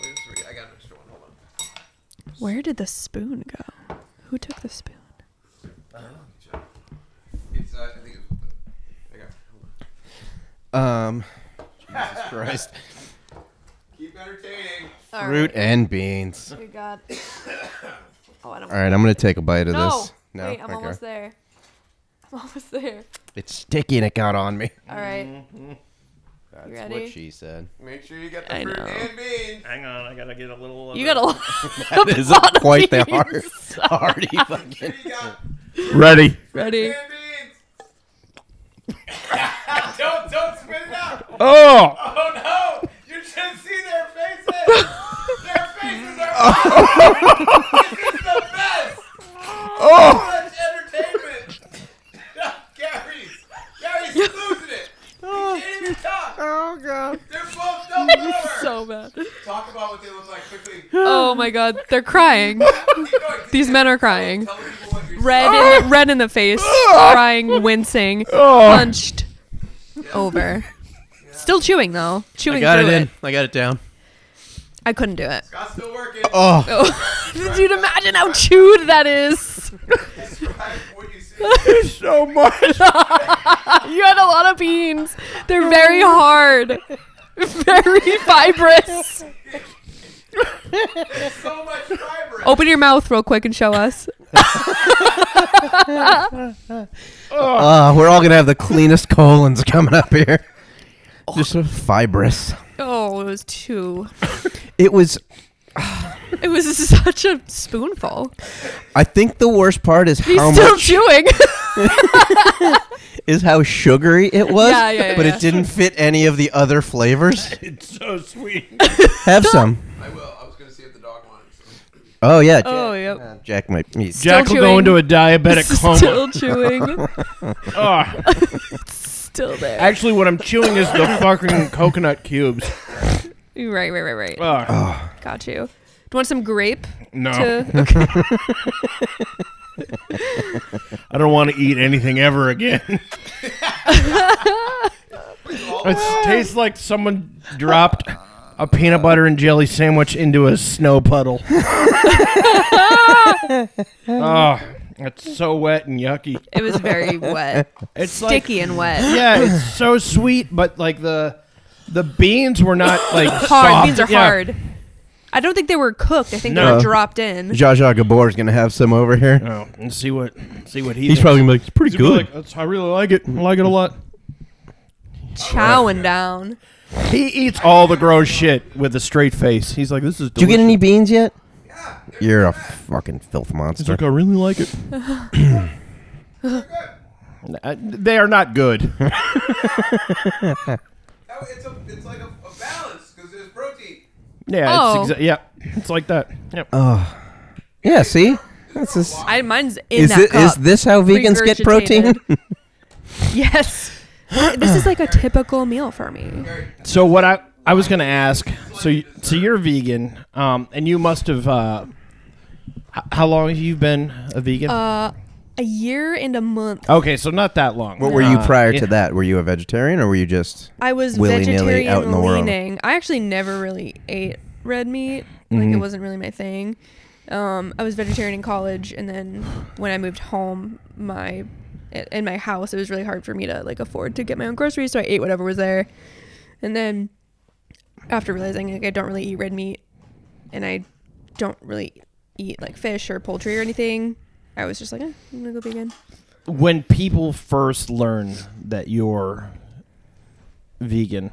[SPEAKER 6] there's three. I got an extra one. Hold on.
[SPEAKER 3] Where did the spoon go? Who took the spoon?
[SPEAKER 6] It's uh, I think it's. I got. Hold on.
[SPEAKER 4] Um, Jesus Christ.
[SPEAKER 6] Keep entertaining.
[SPEAKER 4] Fruit and beans.
[SPEAKER 3] We got. Oh, I don't.
[SPEAKER 4] All right, I'm going to take a bite of this. Okay.
[SPEAKER 3] there. I'm almost there.
[SPEAKER 4] It's sticky and it got on me.
[SPEAKER 3] All right.
[SPEAKER 4] That's
[SPEAKER 3] ready?
[SPEAKER 4] what she said.
[SPEAKER 6] Make sure you get the
[SPEAKER 3] I
[SPEAKER 6] fruit
[SPEAKER 3] know.
[SPEAKER 6] and beans.
[SPEAKER 5] Hang on, I gotta get a little.
[SPEAKER 3] You got a lot.
[SPEAKER 4] That is quite the hard, hardy fucking.
[SPEAKER 6] You got
[SPEAKER 5] Ready.
[SPEAKER 3] Ready?
[SPEAKER 6] fruit and beans. don't don't spit it out.
[SPEAKER 5] Oh.
[SPEAKER 6] Oh no! You should see their faces. their faces are. this is the best. Oh! So much entertainment. No, Gary's Gary's losing it. He can't even talk.
[SPEAKER 4] Oh god.
[SPEAKER 6] They're both double over.
[SPEAKER 3] So bad.
[SPEAKER 6] Talk about what they look like quickly.
[SPEAKER 3] Oh my God, they're crying.
[SPEAKER 6] Keep going.
[SPEAKER 3] These men are crying.
[SPEAKER 6] Tell the people what you're
[SPEAKER 3] Red, in, red in the face, crying, wincing,
[SPEAKER 5] Oh.
[SPEAKER 3] punched over. Still chewing though. Chewing
[SPEAKER 4] I got it
[SPEAKER 3] through
[SPEAKER 4] in. I got it down.
[SPEAKER 3] I couldn't do it.
[SPEAKER 6] I'm still working.
[SPEAKER 4] Oh,
[SPEAKER 3] Did you imagine how chewed that is?
[SPEAKER 6] Describe what you see.
[SPEAKER 5] so much.
[SPEAKER 3] You had a lot of beans. They're very hard, very fibrous.
[SPEAKER 6] So much fiber.
[SPEAKER 3] Open your mouth real quick and show us.
[SPEAKER 4] uh, we're all gonna have the cleanest colons coming up here. Just so fibrous.
[SPEAKER 3] Oh, it was too.
[SPEAKER 4] It was.
[SPEAKER 3] It was such a spoonful.
[SPEAKER 4] I think the worst part is
[SPEAKER 3] He's
[SPEAKER 4] how
[SPEAKER 3] still
[SPEAKER 4] much
[SPEAKER 3] chewing.
[SPEAKER 4] is how sugary it was,
[SPEAKER 3] Yeah, yeah, yeah,
[SPEAKER 4] but
[SPEAKER 3] yeah.
[SPEAKER 4] it didn't fit any of the other flavors.
[SPEAKER 5] It's so sweet.
[SPEAKER 4] Have some.
[SPEAKER 6] I will. I was gonna see if the dog wanted some.
[SPEAKER 4] Oh yeah, Jack,
[SPEAKER 3] Oh, yep.
[SPEAKER 4] Jack might. He's,
[SPEAKER 5] Jack will go
[SPEAKER 3] chewing.
[SPEAKER 5] into a diabetic coma. Ah.
[SPEAKER 3] Still chewing.
[SPEAKER 5] Ugh.
[SPEAKER 3] Still there.
[SPEAKER 5] Actually, what I'm chewing is the fucking coconut cubes.
[SPEAKER 3] Right, right, right, right.
[SPEAKER 5] Ugh.
[SPEAKER 3] Oh. Got you. Do you want some grape?
[SPEAKER 5] no,
[SPEAKER 3] To,
[SPEAKER 5] I don't want to eat anything ever again. it tastes like someone dropped a peanut butter and jelly sandwich into a snow puddle.
[SPEAKER 3] Ah,
[SPEAKER 5] oh, it's so wet and yucky.
[SPEAKER 3] it was very wet,
[SPEAKER 5] It's
[SPEAKER 3] sticky
[SPEAKER 5] Like,
[SPEAKER 3] and wet.
[SPEAKER 5] yeah, it's so sweet, but like the the beans were not like
[SPEAKER 3] Hard
[SPEAKER 5] soft.
[SPEAKER 3] beans are
[SPEAKER 5] Yeah.
[SPEAKER 3] hard. I don't think they were cooked. I think they
[SPEAKER 5] No.
[SPEAKER 3] were dropped in.
[SPEAKER 4] Zsa Zsa Gabor is gonna have some over here.
[SPEAKER 5] Oh, and see what see what he
[SPEAKER 4] He's
[SPEAKER 5] thinks.
[SPEAKER 4] probably gonna be like, it's pretty
[SPEAKER 5] He's gonna be
[SPEAKER 4] good.
[SPEAKER 5] like, "That's- I really like it. I like it a lot.
[SPEAKER 3] Chowing down.
[SPEAKER 5] He eats all the gross shit with a straight face. He's like, "This is."
[SPEAKER 4] Do you
[SPEAKER 5] Delicious.
[SPEAKER 4] get any beans yet? You're a fucking filth monster.
[SPEAKER 5] I really like it. Uh, they are not good.
[SPEAKER 6] That, it's, a, it's like a, a balance because there's protein.
[SPEAKER 5] Yeah,
[SPEAKER 3] Oh.
[SPEAKER 5] it's exa- yeah, it's like that. Yep.
[SPEAKER 4] Uh, Yeah, see, that's just,
[SPEAKER 3] I mine's in
[SPEAKER 4] is
[SPEAKER 3] that
[SPEAKER 4] it, is
[SPEAKER 3] cup.
[SPEAKER 4] this how vegans get protein?
[SPEAKER 3] Regurgitated. yes. This is like a typical meal for me.
[SPEAKER 5] So what I I was gonna ask. So you, so you're vegan, um, and you must have. Uh, h- how long have you been a vegan?
[SPEAKER 3] Uh, a year and a month.
[SPEAKER 5] okay, so not that long.
[SPEAKER 4] What were you
[SPEAKER 5] Uh,
[SPEAKER 4] prior
[SPEAKER 5] yeah.
[SPEAKER 4] to that? Were you a vegetarian or were you just?
[SPEAKER 3] I was
[SPEAKER 4] willy-nilly
[SPEAKER 3] vegetarian
[SPEAKER 4] out in the world.
[SPEAKER 3] leaning. I actually never really ate red meat. Like
[SPEAKER 4] Mm-hmm.
[SPEAKER 3] it wasn't really my thing. Um, I was vegetarian in college, and then when I moved home, my in my house, it was really hard for me to like afford to get my own groceries, so I ate whatever was there. And then after realizing like I don't really eat red meat, and I don't really eat like fish or poultry or anything, I was just like, eh, I'm gonna go vegan.
[SPEAKER 5] when people first learn that you're vegan,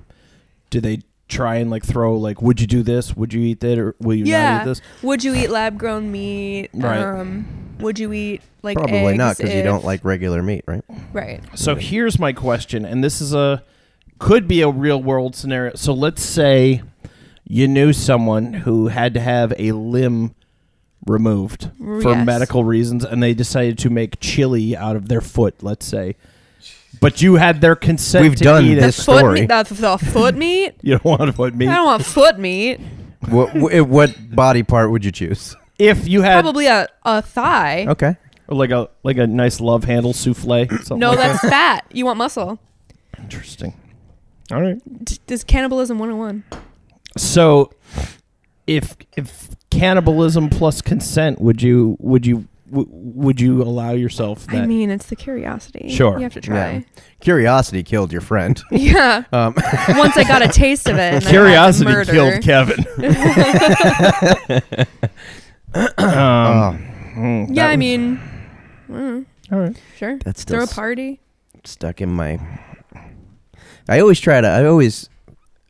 [SPEAKER 5] do they try and like throw like, would you do this? Would you eat that? Or will you not
[SPEAKER 3] yeah.
[SPEAKER 5] eat this?
[SPEAKER 3] Would you eat lab grown meat?
[SPEAKER 5] Right.
[SPEAKER 3] Um, would you eat like
[SPEAKER 4] Probably not
[SPEAKER 3] eggs
[SPEAKER 4] because you
[SPEAKER 3] if-
[SPEAKER 4] don't like regular meat, right?
[SPEAKER 3] Right.
[SPEAKER 5] So here's my question, and this is a could be a real world scenario. So let's say you knew someone who had to have a limb removed for
[SPEAKER 3] Yes.
[SPEAKER 5] medical reasons, and they decided to make chili out of their foot. Let's say, but you had their consent.
[SPEAKER 4] We've
[SPEAKER 5] to
[SPEAKER 4] done
[SPEAKER 5] eat it.
[SPEAKER 4] this.
[SPEAKER 3] Foot
[SPEAKER 4] Story.
[SPEAKER 3] meat. That's the foot meat.
[SPEAKER 5] You don't want to put me.
[SPEAKER 3] I don't want foot meat.
[SPEAKER 4] what, wh- what body part would you choose?
[SPEAKER 5] If you had
[SPEAKER 3] Probably a, a thigh.
[SPEAKER 4] Okay.
[SPEAKER 5] like a like a nice love handle souffle, something
[SPEAKER 3] No,
[SPEAKER 5] like
[SPEAKER 3] that's fat. You want muscle.
[SPEAKER 5] that. interesting. All right.
[SPEAKER 3] D- This is cannibalism 101.
[SPEAKER 5] So, if if cannibalism plus consent, would you would you w- would you allow yourself that?
[SPEAKER 3] I mean, it's the curiosity.
[SPEAKER 5] Sure.
[SPEAKER 3] You have to try.
[SPEAKER 4] Curiosity killed your friend.
[SPEAKER 3] Yeah.
[SPEAKER 4] Um,
[SPEAKER 3] Once I got a taste of it. and I had to
[SPEAKER 5] Curiosity
[SPEAKER 3] murder.
[SPEAKER 5] killed Kevin. um,
[SPEAKER 3] Yeah, I mean, mm,
[SPEAKER 5] all right.
[SPEAKER 3] sure.
[SPEAKER 4] That's still
[SPEAKER 3] Throw a
[SPEAKER 4] s-
[SPEAKER 3] party.
[SPEAKER 4] stuck in my. I always try to. I always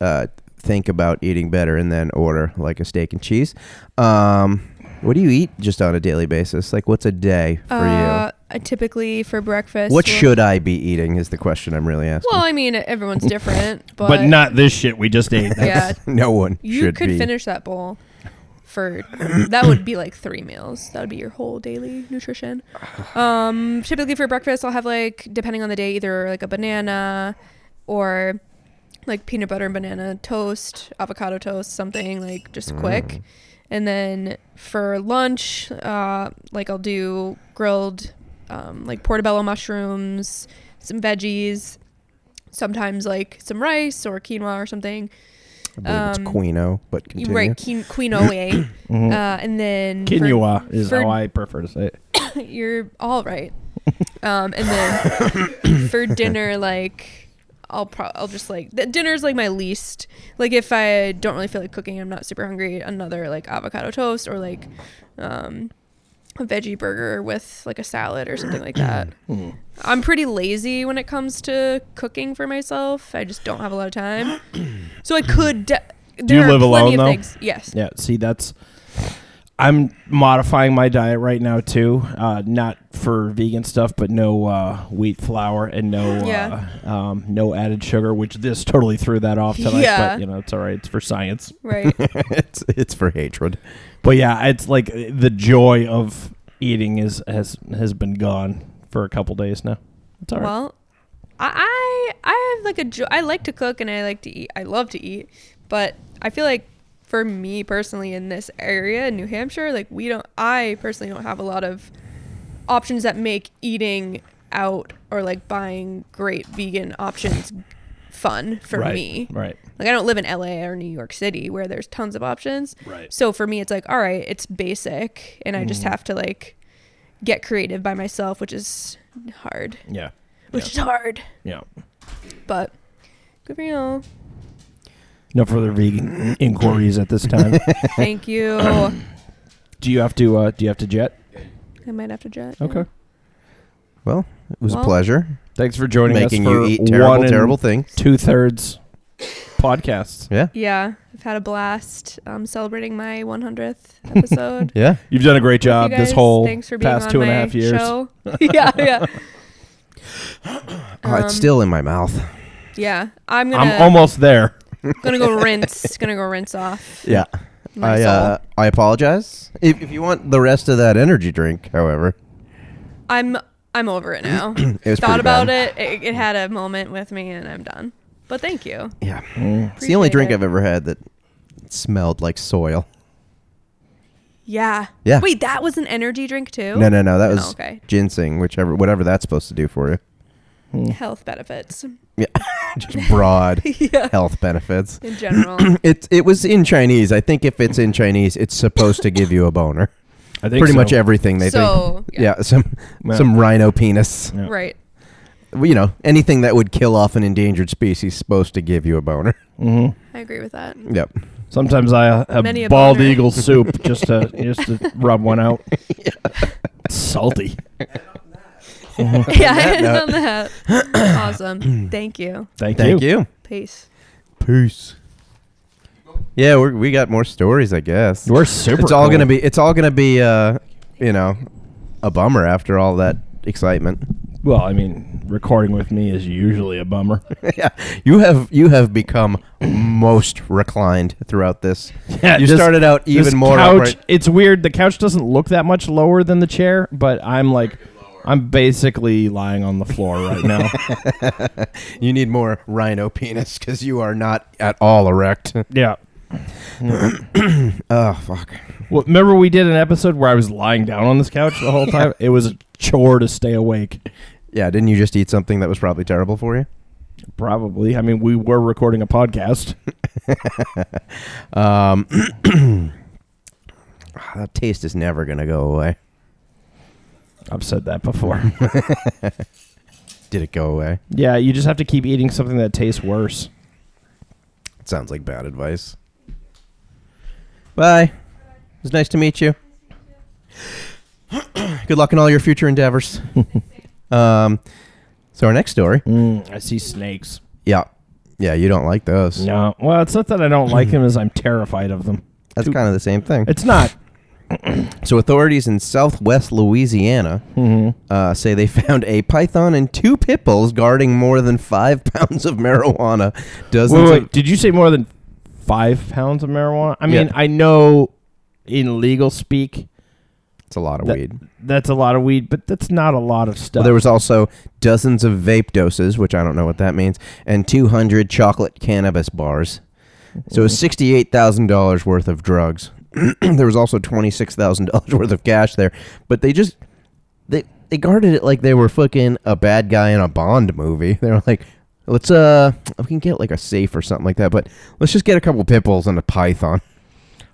[SPEAKER 4] uh, think about eating better and then order like a steak and cheese. Um, what do you eat just on a daily basis? Like, what's a day for
[SPEAKER 3] Uh, I typically for breakfast.
[SPEAKER 4] you? What
[SPEAKER 3] we'll-
[SPEAKER 4] should I be eating is the question I'm really asking.
[SPEAKER 3] Well, I mean, everyone's different, but,
[SPEAKER 5] But not this shit we just ate.
[SPEAKER 3] Yeah,
[SPEAKER 4] no one
[SPEAKER 3] you
[SPEAKER 4] should
[SPEAKER 3] could
[SPEAKER 4] be.
[SPEAKER 3] finish that bowl for that would be like three meals. That would be your whole daily nutrition. Um, typically for breakfast, I'll have like depending on the day, either like a banana or like peanut butter and banana toast, avocado toast, something like just
[SPEAKER 4] Mm.
[SPEAKER 3] quick. And then for lunch, uh, like I'll do grilled, um, like portobello mushrooms, some veggies, sometimes like some rice or quinoa or something.
[SPEAKER 4] I believe it's
[SPEAKER 3] um,
[SPEAKER 4] quinoa, but continue.
[SPEAKER 3] Right, quin- quinoa.
[SPEAKER 5] Mm-hmm.
[SPEAKER 3] uh, and then for-
[SPEAKER 5] Quinoa is
[SPEAKER 3] for-
[SPEAKER 5] how I prefer to say it.
[SPEAKER 3] You're all right. Um, and then for dinner, like I'll pro- I'll just like the dinner's like my least. Like if I don't really feel like cooking, I'm not super hungry. Another like avocado toast or like um, a veggie burger with like a salad or something like that.
[SPEAKER 5] Mm-hmm.
[SPEAKER 3] I'm pretty lazy when it comes to cooking for myself. I just don't have a lot of time. So I could. De-
[SPEAKER 5] you
[SPEAKER 3] there are
[SPEAKER 5] live
[SPEAKER 3] plenty
[SPEAKER 5] alone,
[SPEAKER 3] of
[SPEAKER 5] though?
[SPEAKER 3] Things. Yes.
[SPEAKER 5] Yeah. See, that's I'm modifying my diet right now too. Uh, not for vegan stuff, but no uh, wheat flour and no
[SPEAKER 3] Yeah.
[SPEAKER 5] uh, um, no added sugar, which this totally threw that off tonight.
[SPEAKER 3] Yeah.
[SPEAKER 5] But you know, it's all right. It's for science.
[SPEAKER 3] Right.
[SPEAKER 4] it's it's for hatred.
[SPEAKER 5] But yeah, it's like the joy of eating is has has been gone for a couple days now. It's all right.
[SPEAKER 3] Well, I I I have like a jo- I like to cook and I like to eat. I love to eat, but I feel like for me personally in this area in New Hampshire, like we don't. I personally don't have a lot of options that make eating out or like buying great vegan options fun for
[SPEAKER 5] right.
[SPEAKER 3] me.
[SPEAKER 5] Right.
[SPEAKER 3] Like I don't live in LA or New York City where there's tons of options.
[SPEAKER 5] Right. Mm-hmm.
[SPEAKER 3] So for me it's like, all right, it's basic and I just have to like get creative by myself, which is hard.
[SPEAKER 5] Yeah.
[SPEAKER 3] Which is hard.
[SPEAKER 5] Yeah.
[SPEAKER 3] But good for you.
[SPEAKER 5] No further vegan inquiries at this time.
[SPEAKER 3] Thank you. I
[SPEAKER 5] do you have to? Uh, do you have to jet?
[SPEAKER 3] might have to jet. yeah.
[SPEAKER 5] Okay.
[SPEAKER 4] Well, it was
[SPEAKER 3] Well,
[SPEAKER 4] a pleasure
[SPEAKER 5] Thanks for joining
[SPEAKER 4] making
[SPEAKER 5] us for
[SPEAKER 4] you eat
[SPEAKER 5] one
[SPEAKER 4] terrible,
[SPEAKER 5] and
[SPEAKER 4] terrible things.
[SPEAKER 5] two thirds podcasts.
[SPEAKER 4] Yeah,
[SPEAKER 3] Yeah. I've had a blast. I'm celebrating my 100th episode.
[SPEAKER 4] yeah.
[SPEAKER 5] You've done a great
[SPEAKER 3] You
[SPEAKER 5] job this
[SPEAKER 3] guys,
[SPEAKER 5] whole
[SPEAKER 3] thanks for being
[SPEAKER 5] past
[SPEAKER 3] on
[SPEAKER 5] two and a
[SPEAKER 3] my
[SPEAKER 5] half years.
[SPEAKER 3] Show. yeah, yeah.
[SPEAKER 4] Oh,
[SPEAKER 3] Um,
[SPEAKER 4] it's still in my mouth.
[SPEAKER 3] Yeah. I'm gonna
[SPEAKER 5] I'm almost there.
[SPEAKER 3] gonna go rinse. Gonna go rinse off.
[SPEAKER 4] Yeah.
[SPEAKER 3] my
[SPEAKER 4] I uh, I apologize. If, if you want the rest of that energy drink, however,
[SPEAKER 3] I'm I'm over it now.
[SPEAKER 4] it was
[SPEAKER 3] Thought
[SPEAKER 4] pretty
[SPEAKER 3] about
[SPEAKER 4] bad.
[SPEAKER 3] it. it. It had a moment with me, and I'm done. But thank you.
[SPEAKER 4] Yeah, Mm. it's the only
[SPEAKER 3] Appreciate
[SPEAKER 4] drink
[SPEAKER 3] it.
[SPEAKER 4] I've ever had that smelled like soil.
[SPEAKER 3] Yeah.
[SPEAKER 4] Yeah.
[SPEAKER 3] Wait, that was an energy drink too.
[SPEAKER 4] No, no, no. That was
[SPEAKER 3] okay.
[SPEAKER 4] ginseng, whichever, whatever that's supposed to do for you.
[SPEAKER 3] Health benefits
[SPEAKER 4] Yeah, just broad health benefits.
[SPEAKER 3] in general.
[SPEAKER 4] It it was in Chinese. I think if it's in Chinese, it's supposed to give you a boner.
[SPEAKER 5] I think
[SPEAKER 4] Pretty much everything they
[SPEAKER 3] So,
[SPEAKER 4] think.
[SPEAKER 3] yeah.
[SPEAKER 4] Yeah, some
[SPEAKER 5] Yeah.
[SPEAKER 4] some rhino penis.
[SPEAKER 5] Yeah.
[SPEAKER 3] right.
[SPEAKER 4] Well, You know, anything that would kill off an endangered species is supposed to give you a boner.
[SPEAKER 3] I agree with that.
[SPEAKER 4] Yep.
[SPEAKER 5] Sometimes I uh, have
[SPEAKER 3] Many a
[SPEAKER 5] bald
[SPEAKER 3] boner.
[SPEAKER 5] eagle soup just to just to rub one out. Salty.
[SPEAKER 3] yeah, I had done that. awesome. Thank you.
[SPEAKER 5] Thank,
[SPEAKER 4] Thank you.
[SPEAKER 3] Peace.
[SPEAKER 4] Peace. Yeah, we we got more stories, I guess.
[SPEAKER 5] We're super.
[SPEAKER 4] it's all
[SPEAKER 5] cool.
[SPEAKER 4] gonna be it's all gonna be uh you know a bummer after all that excitement
[SPEAKER 5] Well, I mean, recording with me is usually a bummer.
[SPEAKER 4] yeah you have you have become most reclined throughout this you
[SPEAKER 5] this-
[SPEAKER 4] started out
[SPEAKER 5] this
[SPEAKER 4] even more
[SPEAKER 5] couch,
[SPEAKER 4] upright
[SPEAKER 5] It's weird. The couch doesn't look that much lower than the chair, but I'm like, I'm basically lying on the floor right now.
[SPEAKER 4] you need more rhino penis because you are not at all erect
[SPEAKER 5] yeah.
[SPEAKER 4] oh fuck
[SPEAKER 5] Well, remember we did an episode where I was lying down on this couch the whole time. It was a chore to stay awake.
[SPEAKER 4] yeah didn't you just eat something that was probably terrible for you
[SPEAKER 5] Probably. I mean, we were recording a podcast.
[SPEAKER 4] Ah, that taste is never gonna go away
[SPEAKER 5] I've said that before.
[SPEAKER 4] did it go away
[SPEAKER 5] yeah, you just have to keep eating something that tastes worse.
[SPEAKER 4] sounds like bad advice bye it was nice to meet you good luck in all your future endeavors um so our next story
[SPEAKER 5] Mm, I see snakes.
[SPEAKER 4] Yeah. Yeah, you don't like those.
[SPEAKER 5] No. Well, it's not that I don't like them, is I'm terrified of them.
[SPEAKER 4] That's kind of the same thing.
[SPEAKER 5] It's not.
[SPEAKER 4] So authorities in southwest Louisiana
[SPEAKER 5] Mm-hmm.
[SPEAKER 4] uh, say they found a python and two pit bulls guarding more than five pounds of marijuana. Dozens
[SPEAKER 5] Wait,
[SPEAKER 4] of-
[SPEAKER 5] wait, did you say more than five pounds of marijuana? I mean,
[SPEAKER 4] Yeah.
[SPEAKER 5] I know in legal speak
[SPEAKER 4] it's a lot of
[SPEAKER 5] that-
[SPEAKER 4] weed.
[SPEAKER 5] that's a lot of weed, but that's not a lot of stuff.
[SPEAKER 4] Well, there was also dozens of vape doses, which I don't know what that means, and 200 chocolate cannabis bars. So it was $68,000 worth of drugs. there was also $26,000 worth of cash there, but they just they they guarded it like they were fucking a bad guy in a Bond movie. They were like, "Let's uh we can get like a safe or something like that, but let's just get a couple pit bulls and a python."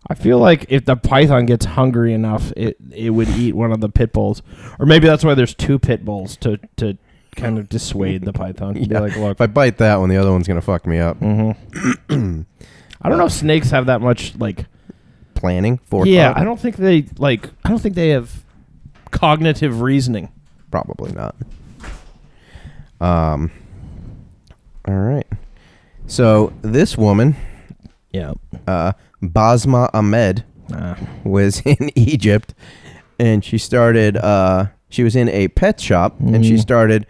[SPEAKER 5] I feel like if the python gets hungry enough, it it would eat one of the pit bulls, or maybe that's why there's two pit bulls to to kind of dissuade the python. Be
[SPEAKER 4] Yeah.
[SPEAKER 5] like, look,
[SPEAKER 4] If I bite that one, the other one's going to fuck me up.
[SPEAKER 5] I
[SPEAKER 4] uh,
[SPEAKER 5] don't know if snakes have that much like.
[SPEAKER 4] Planning for
[SPEAKER 5] Yeah, I don't think they like. I don't think they have cognitive reasoning.
[SPEAKER 4] Probably not. Um. All right. So this woman,
[SPEAKER 5] Yeah.
[SPEAKER 4] uh, Basma Ahmed, was in Egypt, and she started. Uh, she was in a pet shop, and she started.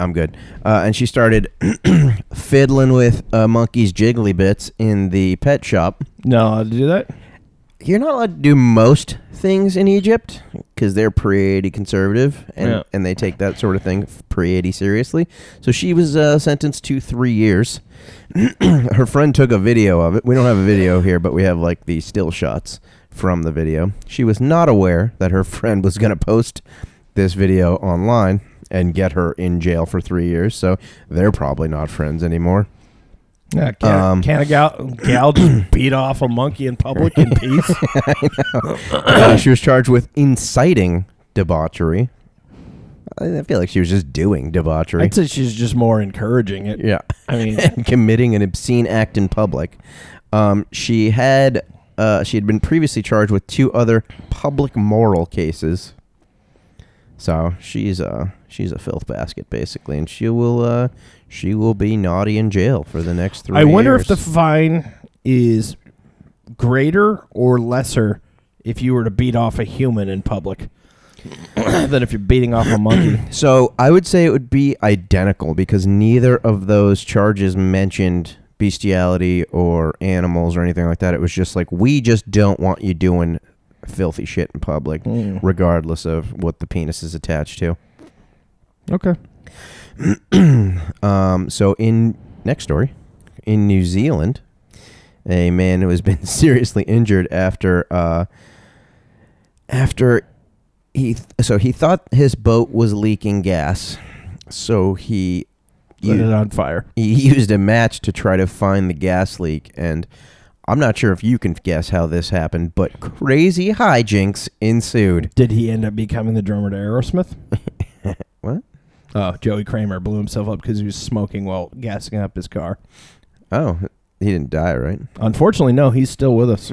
[SPEAKER 4] I'm good. Uh, and she started fiddling with a monkey's jiggly bits in the pet shop.
[SPEAKER 5] No, I'll do that.
[SPEAKER 4] You're not allowed to do most things in Egypt because they're pretty conservative and,
[SPEAKER 5] Yeah.
[SPEAKER 4] and they take that sort of thing pretty seriously. So she was uh, sentenced to three years. Her friend took a video of it. We don't have a video here, but we have like the still shots from the video. She was not aware that her friend was going to post this video online and get her in jail for three years. So they're probably not friends anymore.
[SPEAKER 5] Yeah, can,
[SPEAKER 4] Um,
[SPEAKER 5] can a gal, gal just beat off a monkey in public in peace?
[SPEAKER 4] Uh, she was charged with inciting debauchery. I I feel like she was just doing debauchery.
[SPEAKER 5] I'd say she's just more encouraging it.
[SPEAKER 4] yeah.
[SPEAKER 5] I mean,
[SPEAKER 4] and committing an obscene act in public. Um, she had uh, she had been previously charged with two other public moral cases. So she's a she's a filth basket basically, and she will uh, she will be naughty in jail for the next three.
[SPEAKER 5] I wonder
[SPEAKER 4] years.
[SPEAKER 5] if the fine is greater or lesser if you were to beat off a human in public than if you're beating off a monkey.
[SPEAKER 4] So I would say it would be identical because neither of those charges mentioned bestiality or animals or anything like that. It was just like we just don't want you doing filthy shit in public, regardless of what the penis is attached to.
[SPEAKER 5] Okay.
[SPEAKER 4] Um, so in next story, in New Zealand, a man who has been seriously injured after uh, after he th- so he thought his boat was leaking gas, so he
[SPEAKER 5] Set
[SPEAKER 4] u-
[SPEAKER 5] it on fire.
[SPEAKER 4] he used a match to try to find the gas leak and. I'm not sure if you can guess how this happened, but crazy hijinks ensued.
[SPEAKER 5] Did he end up becoming the drummer to Aerosmith?
[SPEAKER 4] What?
[SPEAKER 5] Oh, Joey Kramer blew himself up because he was smoking while gassing up his car.
[SPEAKER 4] Oh, he didn't die, right?
[SPEAKER 5] Unfortunately, no, he's still with us.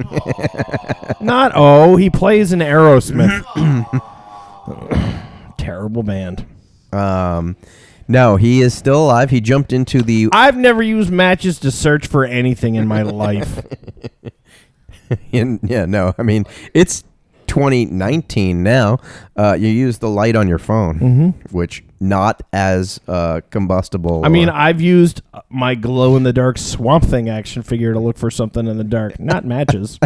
[SPEAKER 5] Not oh, he plays in Aerosmith. Terrible band.
[SPEAKER 4] Um, no, he is still alive. He jumped into the
[SPEAKER 5] I've never used matches to search for anything in my life.
[SPEAKER 4] In, yeah, no, I mean it's 2019 now. Uh, you use the light on your phone, which not as uh, combustible.
[SPEAKER 5] Mm-hmm. I mean,
[SPEAKER 4] or-
[SPEAKER 5] I've used my glow in the dark swamp thing action figure to look for something in the dark. Not matches.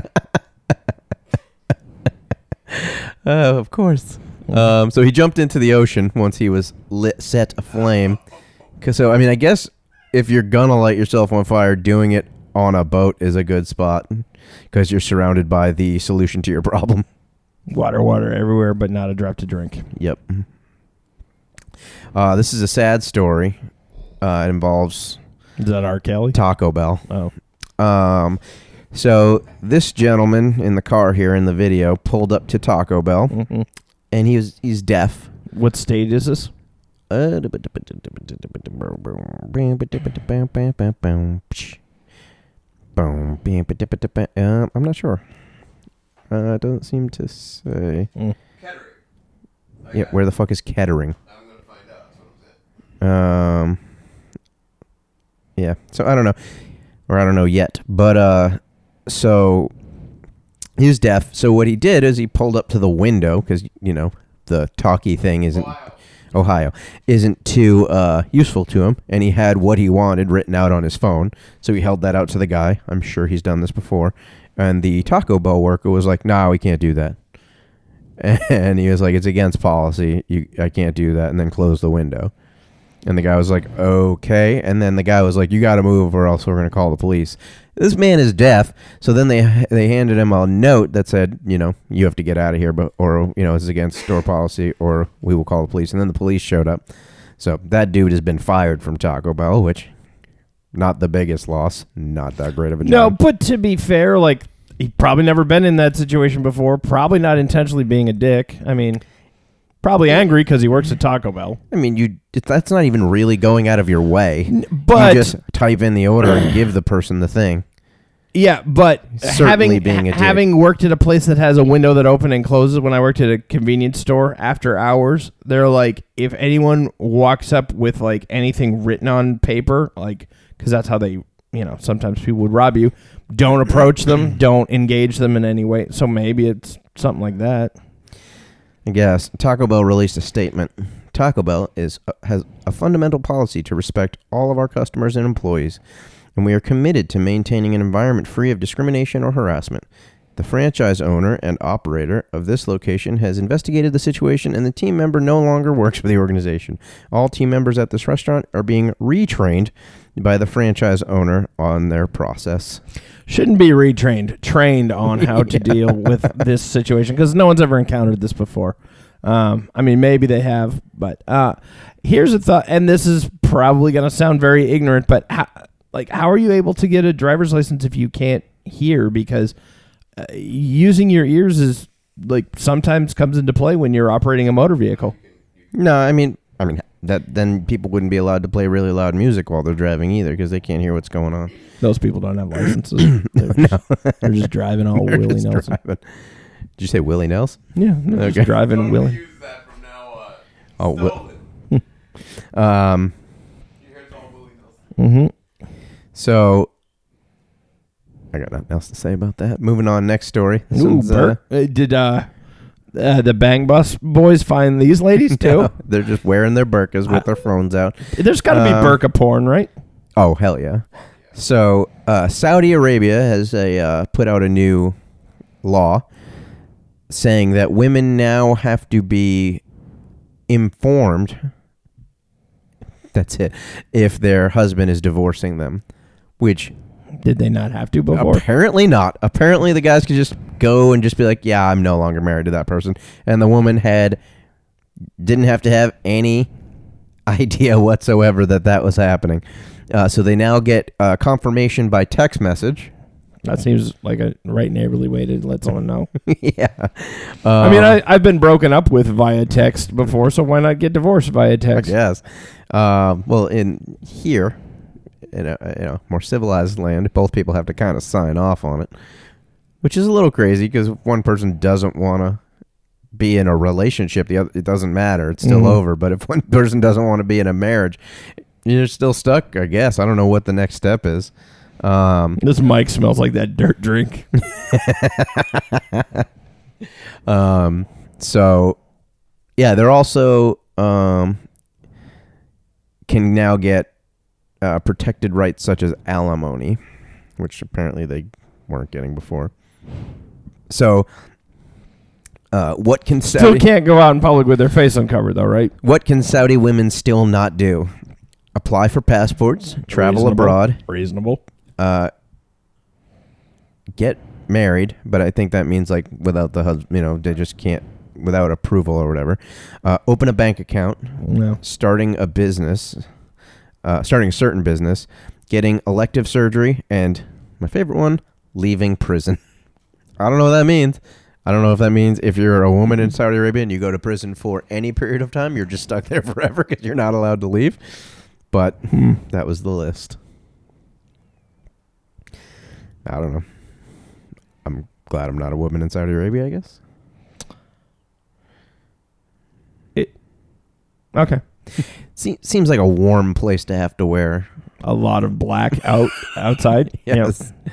[SPEAKER 4] Uh, of course. Um, so he jumped into the ocean once he was lit, set aflame. 'Cause- so I mean, I guess if you're gonna light yourself on fire, doing it on a boat is a good spot because you're surrounded by the solution to your problem.
[SPEAKER 5] water, water everywhere, but not a drop to drink.
[SPEAKER 4] Yep. Uh, this is a sad story. Uh, it involves
[SPEAKER 5] Is that R. Kelly?
[SPEAKER 4] Taco Bell.
[SPEAKER 5] Oh.
[SPEAKER 4] Um, so this gentleman in the car here in the video pulled up to Taco Bell, and he was he's deaf.
[SPEAKER 5] mm-hmm. What state is this?
[SPEAKER 4] Uh, Um, I'm not sure. Uh, it doesn't seem to say.
[SPEAKER 6] Kettering.
[SPEAKER 4] Yeah, where the fuck is Kettering?
[SPEAKER 6] I'm gonna find out. That's what I'm saying.
[SPEAKER 4] Um, yeah. So I don't know, or I don't know yet. But uh, so he was deaf. So what he did is he pulled up to the window because you know the talkie thing isn't Ohio, isn't too uh, useful to him, and he had what he wanted written out on his phone. So he held that out to the guy. I'm sure he's done this before. And the Taco Bell worker was like, "Nah, we can't do that." And he was like, "It's against policy. You, I can't do that." And then closed the window. And the guy was like, okay. And then the guy was like, you got to move or else we're going to call the police. This man is deaf. So then they they handed him a note that said, you know, you have to get out of here, but or, you know, this is against store policy or we will call the police. And then the police showed up. So that dude has been fired from Taco Bell, which not the biggest loss, not that great of a
[SPEAKER 5] No,
[SPEAKER 4] job.
[SPEAKER 5] but to be fair, like he probably never been in that situation before. Probably not intentionally being a dick. I mean, probably angry because he works at Taco Bell.
[SPEAKER 4] I mean, you it- that's not even really going out of your way.
[SPEAKER 5] but-
[SPEAKER 4] you just type in the order and give the person the thing.
[SPEAKER 5] Yeah, but
[SPEAKER 4] Certainly
[SPEAKER 5] having
[SPEAKER 4] being a dick.
[SPEAKER 5] having worked at a place that has a window that opens and closes when I worked at a convenience store after hours, they're like if anyone walks up with like anything written on paper, like cuz that's how they you know, sometimes people would rob you. Don't approach them. Don't engage them in any way. So maybe it's something like that.
[SPEAKER 4] I guess Taco Bell released a statement. Taco Bell is uh, has a fundamental policy to respect all of our customers and employees, and we are committed to maintaining an environment free of discrimination or harassment. The franchise owner and operator of this location has investigated the situation, and the team member no longer works for the organization. All team members at this restaurant are being retrained by the franchise owner on their process.
[SPEAKER 5] Shouldn't be retrained, trained on how to deal with this situation because no one's ever encountered this before. Um, I mean, maybe they have, but uh, here's a thought, and this is probably going to sound very ignorant, but how, like, how are you able to get a driver's license if you can't hear? Because uh, using your ears is like sometimes comes into play when you're operating a motor vehicle.
[SPEAKER 4] No, I mean, I mean that then people wouldn't be allowed to play really loud music while they're driving either because they can't hear what's going on.
[SPEAKER 5] Those people don't have licenses; they're, just, they're just driving all
[SPEAKER 4] They're
[SPEAKER 5] willy
[SPEAKER 4] just
[SPEAKER 5] nilly.
[SPEAKER 4] driving. Did you say Willie Nelson?
[SPEAKER 5] Yeah, they're
[SPEAKER 4] Okay.
[SPEAKER 5] just driving
[SPEAKER 6] Don't
[SPEAKER 5] willy.
[SPEAKER 6] use that from now on.
[SPEAKER 4] Oh, Wi-
[SPEAKER 6] Stolen.
[SPEAKER 4] um.
[SPEAKER 6] You heard it's all Willie Nelson.
[SPEAKER 5] Mm-hmm.
[SPEAKER 4] So I got nothing else to say about that. Moving on, next story. This
[SPEAKER 5] Ooh,
[SPEAKER 4] one's, uh,
[SPEAKER 5] Bert. Uh, did uh, uh, the Bang Bus boys find these ladies too?
[SPEAKER 4] they're just wearing their burkas with their phones out.
[SPEAKER 5] There's got to
[SPEAKER 4] Um,
[SPEAKER 5] be burka porn, right?
[SPEAKER 4] Oh hell yeah! So uh, Saudi Arabia has a uh, put out a new law saying that women now have to be informed. That's it. If their husband is divorcing them, which
[SPEAKER 5] Did they not have to before?
[SPEAKER 4] apparently not. Apparently the guys could just go and just be like, "Yeah, I'm no longer married to that person," and the woman had didn't have to have any idea whatsoever that that was happening. Uh, so they now get uh, confirmation by text message.
[SPEAKER 5] that seems like a right neighborly way to let someone know.
[SPEAKER 4] yeah, Uh,
[SPEAKER 5] I mean, I, I've been broken up with via text before, so why not get divorced via
[SPEAKER 4] I
[SPEAKER 5] text?
[SPEAKER 4] guess. Um, well, in here, in a you know more civilized land, both people have to kind of sign off on it, which is a little crazy because if one person doesn't want to be in a relationship, the other it doesn't matter; it's still over. But if one person doesn't want to be in a marriage, you're still stuck. I guess I don't know what the next step is. Um,
[SPEAKER 5] This mic smells like that dirt drink.
[SPEAKER 4] Um, so, yeah, they're also um, can now get uh, protected rights such as alimony, which apparently they weren't getting before. So, uh, what can
[SPEAKER 5] Still
[SPEAKER 4] Saudi
[SPEAKER 5] can't go out in public with their face uncovered, though, right?
[SPEAKER 4] what can Saudi women still not do? Apply for passports, travel
[SPEAKER 5] Reasonable.
[SPEAKER 4] abroad,
[SPEAKER 5] Reasonable.
[SPEAKER 4] get married, but I think that means like without the husband, you know, they just can't without approval or whatever. Uh, open a bank account,
[SPEAKER 5] No.
[SPEAKER 4] starting a business, uh, starting a certain business, getting elective surgery, and my favorite one, leaving prison. I don't know what that means. I don't know if that means if you're a woman in Saudi Arabia and you go to prison for any period of time, you're just stuck there forever because you're not allowed to leave. But that was the list. I don't know. I'm glad I'm not a woman in Saudi Arabia, I guess.
[SPEAKER 5] It, okay.
[SPEAKER 4] Se- seems like a warm place to have to wear.
[SPEAKER 5] A lot of black out outside. Yeah.
[SPEAKER 4] Yes.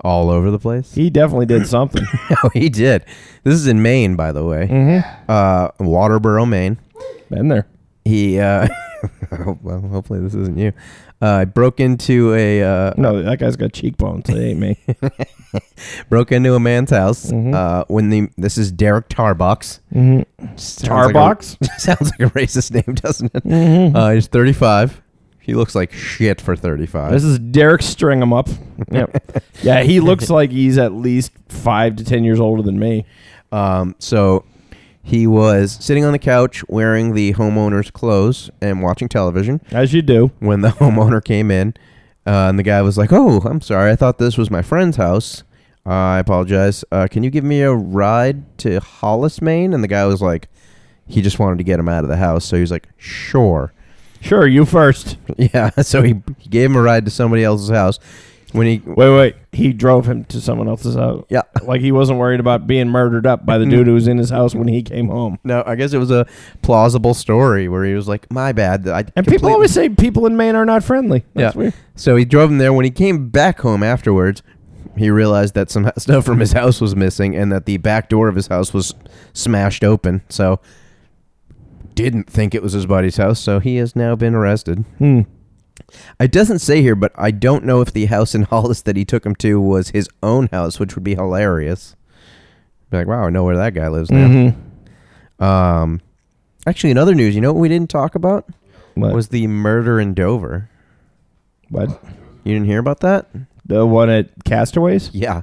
[SPEAKER 4] All over the place.
[SPEAKER 5] He definitely did something.
[SPEAKER 4] Oh, he did. This is in Maine, by the way. Uh, Waterboro, Maine.
[SPEAKER 5] Been there.
[SPEAKER 4] He, uh, well, hopefully this isn't you. Uh, broke into a uh,
[SPEAKER 5] No, that guy's got cheekbones. It ain't me.
[SPEAKER 4] broke into a man's house. Uh, when the this is Derek Tarbox. Mm-hmm. Sounds
[SPEAKER 5] Tarbox?
[SPEAKER 4] like a, sounds like a racist name, doesn't it? Uh, he's 35. He looks like shit for 35.
[SPEAKER 5] This is Derek String him up. Yep. yeah, he looks like he's at least five to ten years older than me.
[SPEAKER 4] Um, so he was sitting on the couch wearing the homeowner's clothes and watching television.
[SPEAKER 5] As you do.
[SPEAKER 4] when the homeowner came in, uh, and the guy was like, "Oh, I'm sorry. I thought this was my friend's house. Uh, I apologize. Uh, can you give me a ride to Hollis, Maine?" And the guy was like, he just wanted to get him out of the house, so he was like, "Sure."
[SPEAKER 5] Sure, you first.
[SPEAKER 4] Yeah, so he, he gave him a ride to somebody else's house. When he
[SPEAKER 5] Wait, wait. He drove him to someone else's house.
[SPEAKER 4] Yeah.
[SPEAKER 5] Like he wasn't worried about being murdered up by the dude who was in his house when he came home.
[SPEAKER 4] no, I guess it was a plausible story where he was like, "My bad." that I
[SPEAKER 5] And people
[SPEAKER 4] completely-
[SPEAKER 5] always say people in Maine are not friendly. That's
[SPEAKER 4] yeah.
[SPEAKER 5] weird.
[SPEAKER 4] So he drove him there. When he came back home afterwards, he realized that some stuff from his house was missing and that the back door of his house was smashed open. So didn't think it was his buddy's house. So he has now been arrested.
[SPEAKER 5] Hmm.
[SPEAKER 4] It doesn't say here, but I don't know if the house in Hollis that he took him to was his own house, which would be hilarious. Be like, wow, I know where that guy lives now.
[SPEAKER 5] Mm-hmm.
[SPEAKER 4] Um, actually, in other news, you know what we didn't talk about
[SPEAKER 5] What?
[SPEAKER 4] was the murder in Dover.
[SPEAKER 5] what?
[SPEAKER 4] You didn't hear about that?
[SPEAKER 5] The one at Castaways?
[SPEAKER 4] Yeah.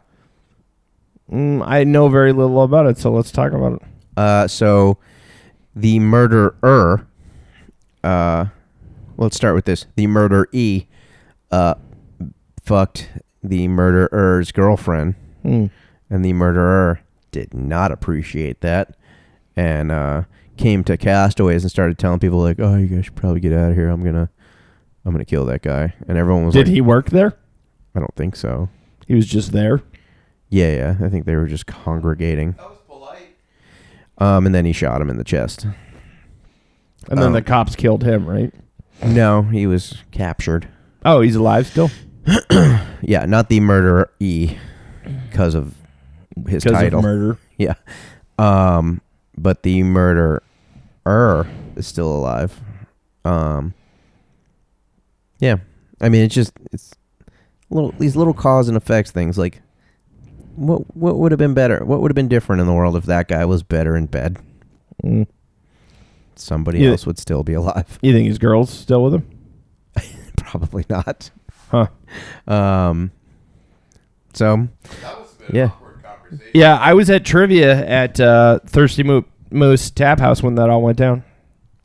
[SPEAKER 5] Mm, I know very little about it, so let's talk about it.
[SPEAKER 4] Uh, so the murderer, uh, let's start with this. The murderer E, uh, fucked the murderer's girlfriend,
[SPEAKER 5] Hmm.
[SPEAKER 4] and the murderer did not appreciate that, and uh, came to castaways and started telling people like, "Oh, you guys should probably get out of here. I'm gonna, I'm gonna kill that guy." And everyone was
[SPEAKER 5] Did
[SPEAKER 4] like,
[SPEAKER 5] he work there?
[SPEAKER 4] "I don't think so."
[SPEAKER 5] He was just there.
[SPEAKER 4] Yeah, yeah. I think they were just congregating.
[SPEAKER 6] That was polite.
[SPEAKER 4] Um, and then he shot him in the chest.
[SPEAKER 5] And then
[SPEAKER 4] Oh.
[SPEAKER 5] the cops killed him, right?
[SPEAKER 4] No, he was captured.
[SPEAKER 5] Oh, he's alive still?
[SPEAKER 4] Yeah, not the murderer E, because of his
[SPEAKER 5] Because
[SPEAKER 4] title.
[SPEAKER 5] of murder.
[SPEAKER 4] Yeah, um, but the murderer is still alive. Um, yeah, I mean it's just it's little these little cause and effects things. Like, what what would have been better? What would have been different in the world if that guy was better in bed?
[SPEAKER 5] Mm.
[SPEAKER 4] Somebody
[SPEAKER 5] Yeah.
[SPEAKER 4] else would still be alive.
[SPEAKER 5] You think his girl's still with him?
[SPEAKER 4] Probably not.
[SPEAKER 5] Huh.
[SPEAKER 4] Um, so
[SPEAKER 6] That was a bit
[SPEAKER 4] Yeah.
[SPEAKER 6] of awkward conversation.
[SPEAKER 5] Yeah, I was at trivia at uh, Thirsty Mo- Moose Tap House when that all went down.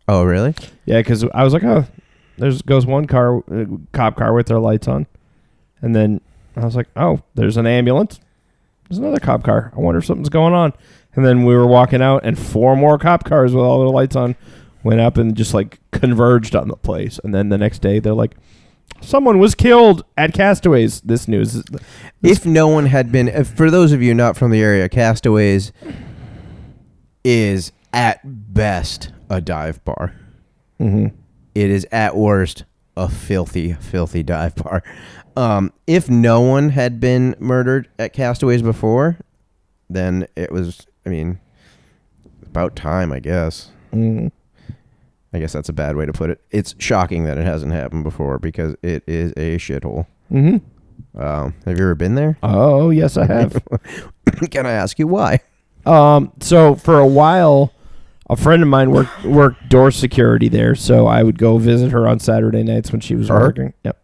[SPEAKER 4] oh really?
[SPEAKER 5] Yeah, because I was like, oh, there's goes one car, uh, cop car with their lights on, and then I was like, oh, there's an ambulance. There's another cop car. I wonder if something's going on. And then we were walking out, and four more cop cars with all their lights on went up and just like converged on the place. And then the next day, they're like, someone was killed at Castaways. This news, is-
[SPEAKER 4] if no one had been if, for those of you not from the area castaways is at best a dive bar
[SPEAKER 5] mm-hmm.
[SPEAKER 4] It is at worst a filthy filthy dive bar um, if no one had been murdered at castaways before then it was i mean about time i guess
[SPEAKER 5] Mm-hmm.
[SPEAKER 4] i guess that's a bad way to put it it's shocking that it hasn't happened before because it is a shithole um, have you ever been there
[SPEAKER 5] Mm-hmm. oh yes, I have.
[SPEAKER 4] Can I ask you why?
[SPEAKER 5] Um, so for a while, a friend of mine worked worked door security there, so I would go visit her on Saturday nights when she was working. Yep.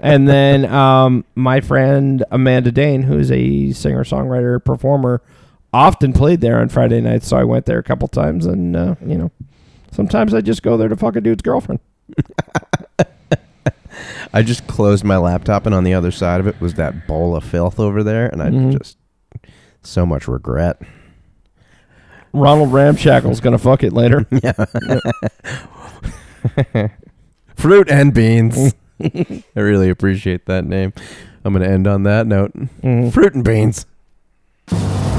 [SPEAKER 5] and then um, my friend Amanda Dane, who's a singer songwriter performer, often played there on Friday nights. So I went there a couple times, and uh, you know, sometimes I just go there to fuck a dude's girlfriend.
[SPEAKER 4] I just closed my laptop, and on the other side of it was that bowl of filth over there, and I just so much regret.
[SPEAKER 5] Ronald Ramshackle's gonna fuck it later.
[SPEAKER 4] Fruit and beans. I really appreciate that name. I'm going to end on that note. Fruit and beans. Oh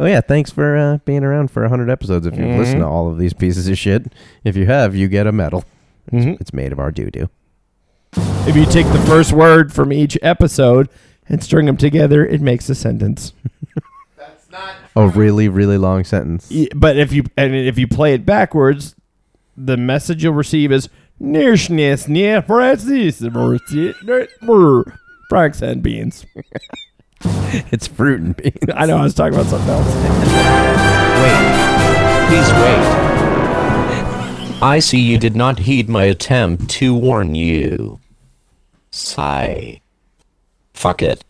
[SPEAKER 4] yeah, thanks for uh, being around for 100 episodes. If you've listened to all of these pieces of shit, if you have, you get a medal.
[SPEAKER 5] Mhm.
[SPEAKER 4] It's made of our doo doo.
[SPEAKER 5] If you take the first word from each episode and string them together, it makes a sentence.
[SPEAKER 6] That's not
[SPEAKER 4] A really, really long sentence.
[SPEAKER 5] Y- but if you and if you play it backwards, the message you'll receive is "Nish, nish, nish, Francis, Francis, brr, Franks and beans.
[SPEAKER 4] It's fruit and beans.
[SPEAKER 5] I know I was talking about something else.
[SPEAKER 1] Please wait. I see you did not heed my attempt to warn you. Sigh. Fuck it.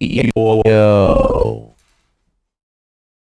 [SPEAKER 1] Yo.